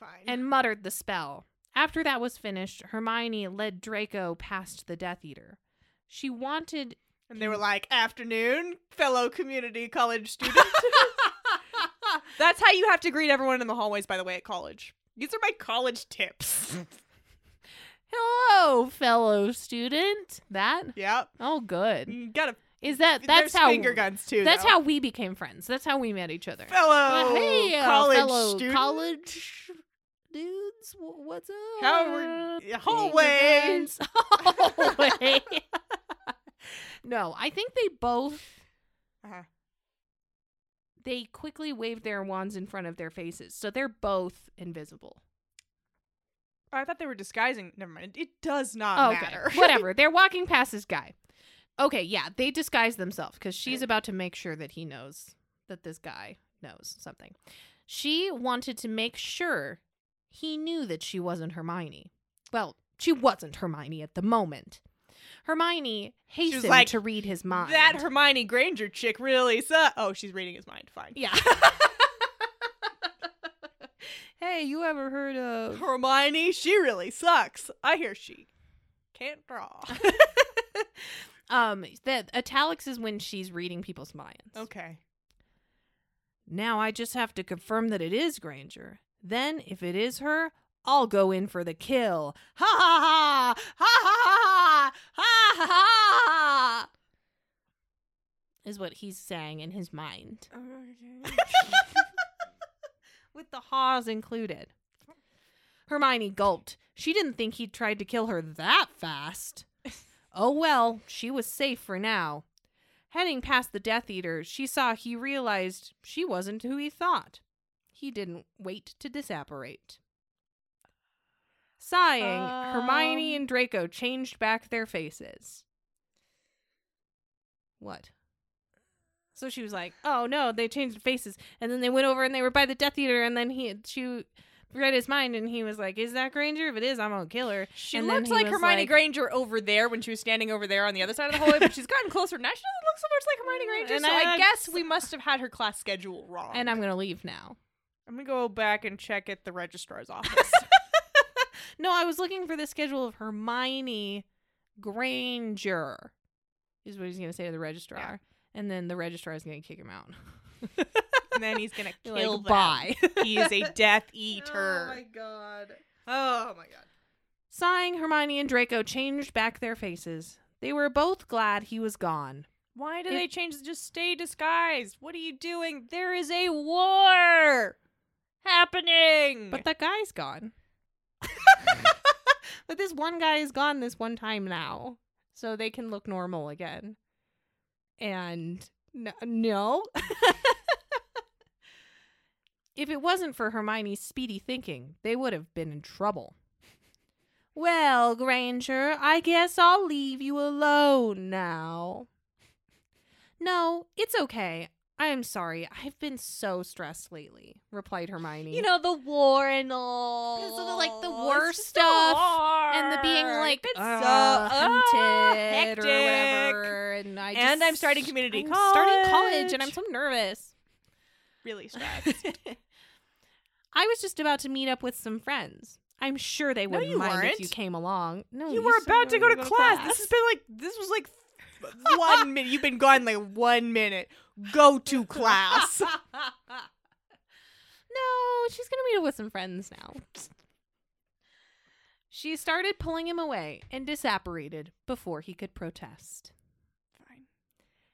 Speaker 4: Fine.
Speaker 2: and muttered the spell. After that was finished, Hermione led Draco past the Death Eater. She wanted.
Speaker 4: And they were like, afternoon, fellow community college student. That's how you have to greet everyone in the hallways, by the way, at college. These are my college tips.
Speaker 2: Hello, fellow student. That?
Speaker 4: yep.
Speaker 2: Oh, good.
Speaker 4: You gotta,
Speaker 2: Is that. That's
Speaker 4: there's
Speaker 2: how.
Speaker 4: finger guns, too.
Speaker 2: That's
Speaker 4: though.
Speaker 2: how we became friends. That's how we met each other.
Speaker 4: Fellow
Speaker 2: Uh, hey, uh,
Speaker 4: college
Speaker 2: fellow
Speaker 4: student.
Speaker 2: college dudes. wh- What's up?
Speaker 4: How are- yeah,
Speaker 2: Finger
Speaker 4: hallway.
Speaker 2: guns. Hallway. no, I think they both
Speaker 4: Uh-huh.
Speaker 2: they quickly waved their wands in front of their faces, so they're both invisible.
Speaker 4: I thought they were disguising. Never mind. It does not
Speaker 2: Oh, okay,
Speaker 4: matter.
Speaker 2: whatever. They're walking past this guy. Okay, yeah, they disguise themselves because she's about to make sure that he knows that this guy knows something. She wanted to make sure he knew that she wasn't Hermione. Well, She wasn't Hermione at the moment. Hermione hastened
Speaker 4: like,
Speaker 2: to read his mind.
Speaker 4: That Hermione Granger chick really sucks. Oh, she's reading his mind. Fine.
Speaker 2: yeah. hey, you ever heard of
Speaker 4: Hermione, she really sucks. I hear she can't draw.
Speaker 2: um that italics is when she's reading people's minds.
Speaker 4: okay.
Speaker 2: Now I just have to confirm that it is Granger. Then, if it is her, I'll go in for the kill. Ha ha ha! Ha ha ha! Ha ha ha! Is what he's saying in his mind. With the haws included. Hermione gulped. She didn't think he'd tried to kill her that fast. Oh well, she was safe for now. Heading past the Death Eater, she saw he realized she wasn't who he thought. He didn't wait to disapparate. Sighing, Hermione
Speaker 4: Um.
Speaker 2: and Draco changed back their faces. What? So she was like, "Oh no, they changed faces." And then they went over and they were by the Death Eater, and then he she read his mind, and he was like, "Is that Granger? If it is, I'm gonna kill her."
Speaker 4: She
Speaker 2: And then
Speaker 4: looked
Speaker 2: he
Speaker 4: like
Speaker 2: was
Speaker 4: Hermione
Speaker 2: like-
Speaker 4: Granger over there when she was standing over there on the other side of the hallway, but she's gotten closer. Now she doesn't look so much like Hermione Granger,
Speaker 2: And
Speaker 4: so Mm, I,
Speaker 2: I-
Speaker 4: guess we must have had her class schedule wrong.
Speaker 2: And I'm gonna leave now.
Speaker 4: I'm gonna go back and check at the registrar's office.
Speaker 2: No, I was looking for the schedule of Hermione Granger, is what he's going to say to the registrar. And then the registrar is going to kick him out.
Speaker 4: and then he's gonna
Speaker 2: Be like,
Speaker 4: kill them.
Speaker 2: Bye.
Speaker 4: He is a death eater.
Speaker 1: god.
Speaker 4: Oh my god.
Speaker 2: Sighing, Hermione and Draco changed back their faces. They were both glad he was gone.
Speaker 4: Why do
Speaker 2: If-
Speaker 4: they change? Just stay disguised. What are you doing? There is a war happening.
Speaker 2: But that guy's gone. but this one guy is gone this one time now. So they can look normal again. And no. no. if it wasn't for Hermione's speedy thinking, they would have been in trouble. Well, Granger, I guess I'll leave you alone now. No, it's okay. I am sorry. I've been so stressed lately, replied Hermione.
Speaker 4: you know the war and all.
Speaker 2: Because of the, like, the
Speaker 4: It's
Speaker 2: war
Speaker 4: just a
Speaker 2: stuff
Speaker 4: war.
Speaker 2: and the being like
Speaker 4: it's
Speaker 2: uh,
Speaker 4: so oh,
Speaker 2: hunted
Speaker 4: hectic.
Speaker 2: or whatever. And, I
Speaker 4: And
Speaker 2: just-
Speaker 4: I'm starting community
Speaker 2: I'm starting college,
Speaker 4: college.
Speaker 2: and I'm so nervous.
Speaker 4: Really stressed.
Speaker 2: I was just about to meet up with some friends. I'm sure they wouldn't
Speaker 4: you
Speaker 2: mind
Speaker 4: weren't.
Speaker 2: if you came along. No,
Speaker 4: you were
Speaker 2: said
Speaker 4: about to
Speaker 2: Oh, you
Speaker 4: go
Speaker 2: were
Speaker 4: to class. This has been like this was like one minute. You've been gone like one minute. Go to class.
Speaker 2: No, she's gonna meet up with some friends now. She started pulling him away and disapparated before he could protest.
Speaker 4: Fine.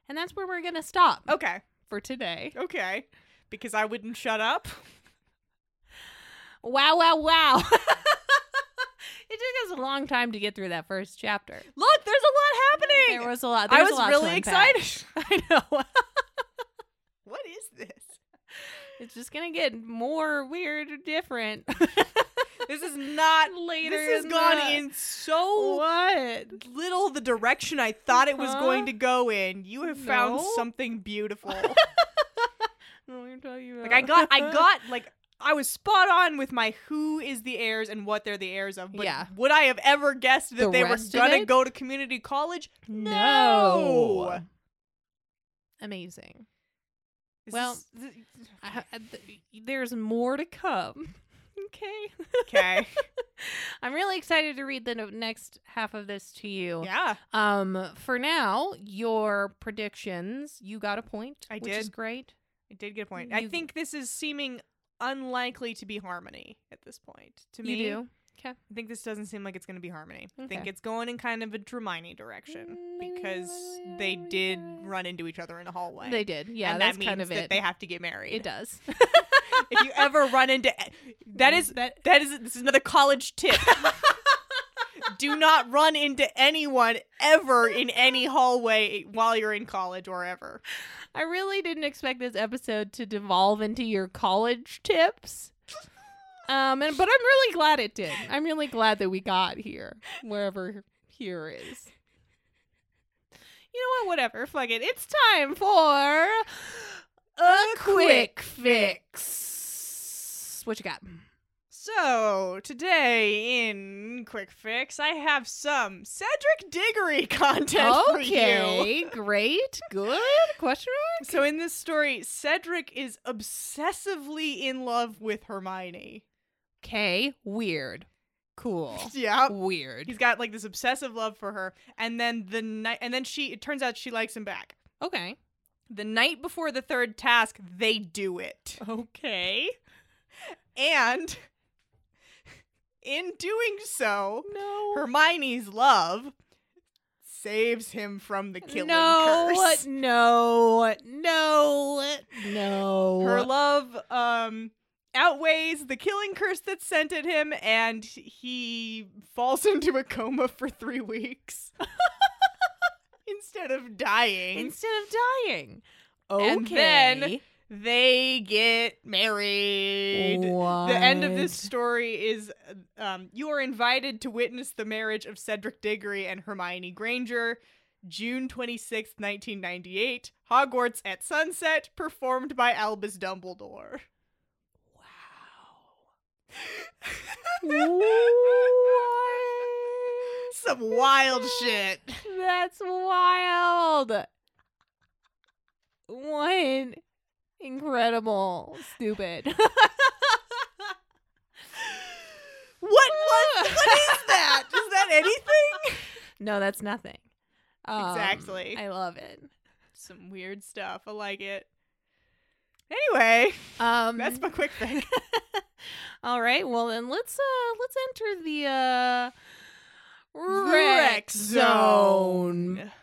Speaker 2: And that's where we're gonna stop
Speaker 4: Okay.
Speaker 2: for today.
Speaker 4: Okay. Because I wouldn't shut up.
Speaker 2: Wow, wow, wow. it took us a long time to get through that first chapter.
Speaker 4: Look, there's a lot happening.
Speaker 2: There was a lot. there
Speaker 4: I
Speaker 2: a
Speaker 4: was
Speaker 2: lot to
Speaker 4: really
Speaker 2: unpack.
Speaker 4: excited. I know. what is this?
Speaker 2: It's just going to get more weird or different
Speaker 4: This is not.
Speaker 2: later.
Speaker 4: This has
Speaker 2: in
Speaker 4: gone
Speaker 2: the- Oh.
Speaker 4: in so
Speaker 2: What?
Speaker 4: little the direction I thought it was
Speaker 2: Huh?
Speaker 4: going to go in. You have found
Speaker 2: No.
Speaker 4: something beautiful.
Speaker 2: What are talking about?
Speaker 4: like I got, I got like. I was spot on with my who is the heirs and what they're the heirs of, but
Speaker 2: Yeah.
Speaker 4: would I have ever guessed that
Speaker 2: The
Speaker 4: they were
Speaker 2: rest of
Speaker 4: gonna
Speaker 2: it?
Speaker 4: go to community college?
Speaker 2: no.
Speaker 4: No.
Speaker 2: Amazing.
Speaker 4: This
Speaker 2: Well,
Speaker 4: is- th-
Speaker 2: I, I- th- there's more to come. Okay.
Speaker 4: okay,
Speaker 2: I'm really excited to read the no- next half of this to you.
Speaker 4: yeah,
Speaker 2: Um, for now, your predictions, you got a point.
Speaker 4: I
Speaker 2: which is
Speaker 4: did.
Speaker 2: great.
Speaker 4: I did get a point. I
Speaker 2: You-
Speaker 4: think this is seeming unlikely to be harmony at this point. To me,
Speaker 2: You do. Okay.
Speaker 4: I think this doesn't seem like it's going to be harmony. I think
Speaker 2: Okay.
Speaker 4: it's going in kind of a Dramini direction
Speaker 2: Mm, maybe
Speaker 4: because
Speaker 2: Dramini,
Speaker 4: they
Speaker 2: Dramini,
Speaker 4: did
Speaker 2: Dramini.
Speaker 4: run into each other in a hallway.
Speaker 2: They did. Yeah,
Speaker 4: and
Speaker 2: that's
Speaker 4: that means
Speaker 2: kind of
Speaker 4: that
Speaker 2: it.
Speaker 4: they have to get married.
Speaker 2: it does.
Speaker 4: if you ever run into e, that is
Speaker 2: Mm, That-
Speaker 4: that is this is another college tip. Do not run into anyone ever in any hallway while you're in college or ever.
Speaker 2: I really didn't expect this episode to devolve into your college tips. Um, and, but I'm really glad it did. I'm really glad that we got here, wherever here is. You know what? Whatever. Fuck it. It's time for a quick fix. What you got?
Speaker 4: So, today in Quick Fix, I have some Cedric Diggory content for you.
Speaker 2: Okay, great, good question. mark?
Speaker 4: So, in this story, Cedric is obsessively in love with Hermione.
Speaker 2: Okay, weird, cool,
Speaker 4: Yeah.
Speaker 2: weird.
Speaker 4: He's got like this obsessive love for her, and then the night, and then she. It turns out she likes him back.
Speaker 2: Okay,
Speaker 4: The night before the third task, they do it.
Speaker 2: okay.
Speaker 4: And in doing so,
Speaker 2: No,
Speaker 4: Hermione's love saves him from the killing
Speaker 2: no,
Speaker 4: curse.
Speaker 2: no, no, no.
Speaker 4: Her love um outweighs the killing curse that's sent at him and he falls into a coma for 3 weeks. Instead of dying,
Speaker 2: instead of dying.
Speaker 4: And then- they get married. The end of this story is um, you are invited to witness the marriage of Cedric Diggory and Hermione Granger, June twenty sixth, 1998, Hogwarts at Sunset, performed by Albus Dumbledore.
Speaker 2: Wow.
Speaker 4: Some wild shit.
Speaker 2: That's wild. What incredible, stupid.
Speaker 4: What, what, what is that? Is that anything?
Speaker 2: no, that's nothing. Um,
Speaker 4: Exactly.
Speaker 2: I love it.
Speaker 4: Some weird stuff. I like it. Anyway,
Speaker 2: Um,
Speaker 4: that's my quick thing.
Speaker 2: all right. Well, then let's uh let's enter the uh
Speaker 4: Wreck zone.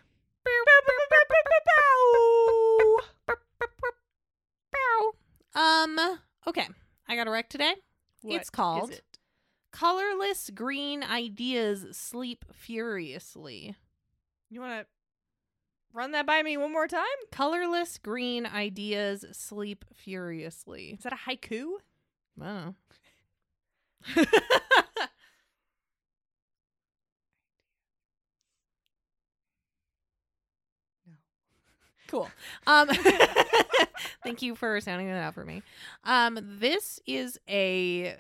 Speaker 2: Um. Okay, I got a wreck today.
Speaker 4: What
Speaker 2: it's called
Speaker 4: is it?
Speaker 2: Colorless Green Ideas Sleep Furiously.
Speaker 4: You want to run that by me one more time?
Speaker 2: Colorless Green Ideas Sleep Furiously.
Speaker 4: Is that a haiku?
Speaker 2: I don't know. Cool. Um, thank you for sounding that out for me. Um, this is a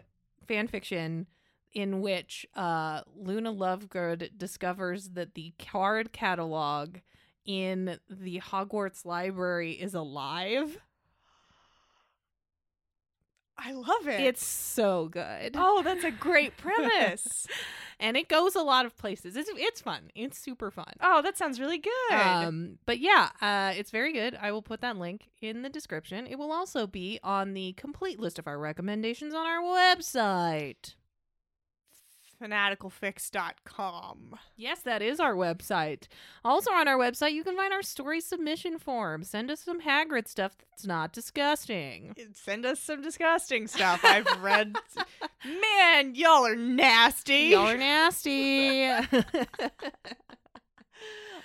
Speaker 2: fan fiction in which uh, Luna Lovegood discovers that the card catalog in the Hogwarts library is alive.
Speaker 4: I love it.
Speaker 2: It's so good.
Speaker 4: oh, that's a great premise.
Speaker 2: and it goes a lot of places. It's it's fun. It's super fun.
Speaker 4: oh, that sounds really good.
Speaker 2: Um, but yeah, uh, it's very good. I will put that link in the description. It will also be on the complete list of our recommendations on our website.
Speaker 4: Fanaticalfix.com.
Speaker 2: Yes, that is our website. Also on our website, you can find our story submission form. Send us some Hagrid stuff that's not disgusting.
Speaker 4: Send us some disgusting stuff. I've read. Man, y'all are nasty.
Speaker 2: Y'all are nasty.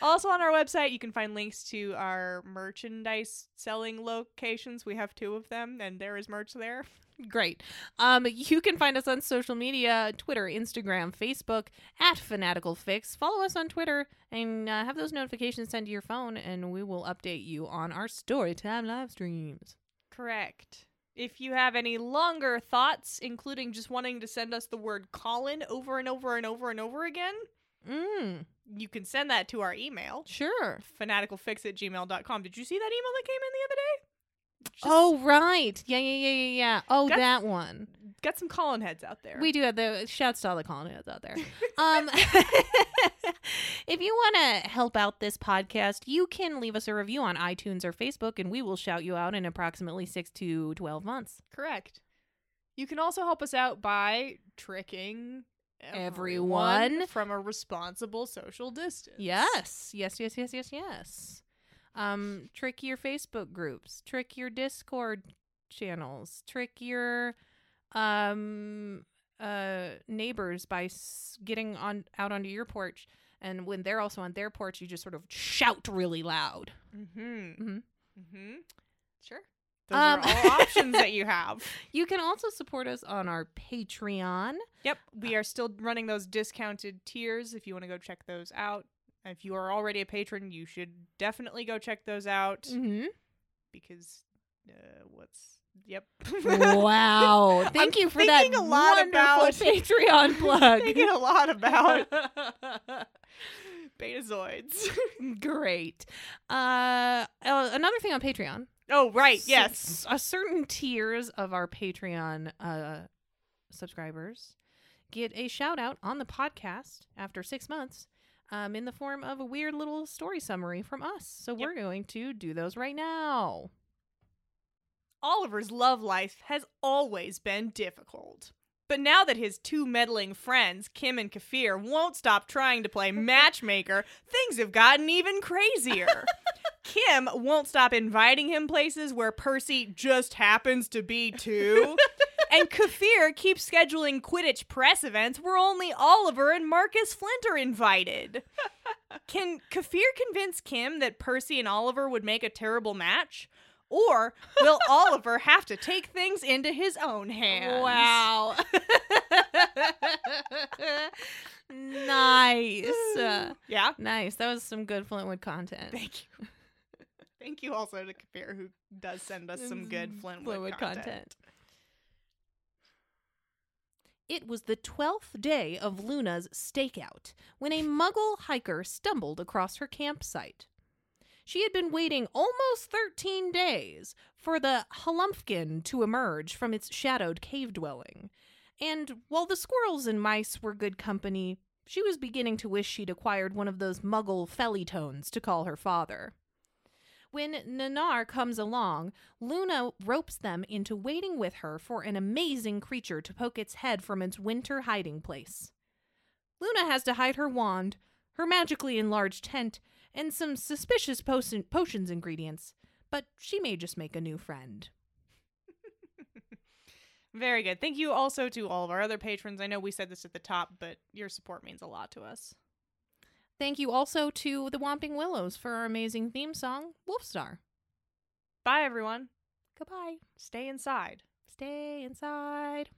Speaker 4: Also on our website, you can find links to our merchandise selling locations. We have two of them, and there is merch there.
Speaker 2: Great. Um, you can find us on social media Twitter, Instagram, Facebook, at Fanatical Fix. Follow us on Twitter and uh, have those notifications sent to your phone, and we will update you on our Storytime live streams.
Speaker 4: Correct. If you have any longer thoughts, including just wanting to send us the word Colin over and over and over and over again,
Speaker 2: Mm,
Speaker 4: you can send that to our email,
Speaker 2: sure.
Speaker 4: fanaticalfix at gmail.com. Did you see that email that came in the other day? Just
Speaker 2: oh, right. Yeah, yeah, yeah, yeah, yeah. Oh,
Speaker 4: That's-
Speaker 2: that one.
Speaker 4: Got some Colin heads out there.
Speaker 2: We do have the shouts to all the colonists out there. Um, if you want to help out this podcast, you can leave us a review on iTunes or Facebook, and we will shout you out in approximately six to 12 months.
Speaker 4: Correct. You can also help us out by tricking
Speaker 2: Everyone.
Speaker 4: from a responsible social distance.
Speaker 2: Yes, yes, yes, yes, yes, yes. Um, trick your Facebook groups, trick your Discord channels, trick your um uh neighbors by s- getting on out onto your porch, and when they're also on their porch, you just sort of shout really loud.
Speaker 4: Mm-hmm.
Speaker 2: Mhm.
Speaker 4: Mm-hmm. Sure. Those
Speaker 2: Um,
Speaker 4: are all options that you have.
Speaker 2: You can also support us on our Patreon.
Speaker 4: Yep. We are still running those discounted tiers if you want to go check those out. If you are already a patron, you should definitely go check those out
Speaker 2: Mm-hmm.
Speaker 4: because uh, what's yep.
Speaker 2: Wow. Thank you for that
Speaker 4: thinking a lot
Speaker 2: wonderful
Speaker 4: about-
Speaker 2: Patreon plug.
Speaker 4: Thinking a lot about betazoids.
Speaker 2: Great. Uh, oh, another thing on Patreon.
Speaker 4: Oh right,
Speaker 2: S-
Speaker 4: yes.
Speaker 2: s- A certain tiers of our Patreon uh, subscribers get a shout out on the podcast after six months um, in the form of a weird little story summary from us. So we're going to do those right now.
Speaker 4: Oliver's love life has always been difficult. But now that his two meddling friends, Kim and Kafir, won't stop trying to play matchmaker, things have gotten even crazier. Kim won't stop inviting him places where Percy just happens to be too. and Kafir keeps scheduling Quidditch press events where only Oliver and Marcus Flint are invited. Can Kafir convince Kim that Percy and Oliver would make a terrible match? Or will Oliver have to take things into his own hands?
Speaker 2: Wow. nice. Uh,
Speaker 4: Yeah.
Speaker 2: nice. That was some good Flintwood content.
Speaker 4: Thank you. Thank you also to Kafir who does send us some good Mm, Flintwood, content.
Speaker 2: It was the twelfth day of Luna's stakeout when a muggle hiker stumbled across her campsite. She had been waiting almost 13 days for the Halumpkin to emerge from its shadowed cave dwelling. And while the squirrels and mice were good company, she was beginning to wish she'd acquired one of those muggle felitones to call her father. When Nanar comes along, Luna ropes them into waiting with her for an amazing creature to poke its head from its winter hiding place. Luna has to hide her wand, her magically enlarged tent, and some suspicious potion- potions ingredients, but she may just make a new friend.
Speaker 4: Very good. Thank you also to all of our other patrons. I know we said this at the top, but your support means a lot to us.
Speaker 2: Thank you also to the Womping Willows for our amazing theme song, Wolfstar.
Speaker 4: Bye everyone.
Speaker 2: Goodbye.
Speaker 4: Stay inside.
Speaker 2: Stay inside.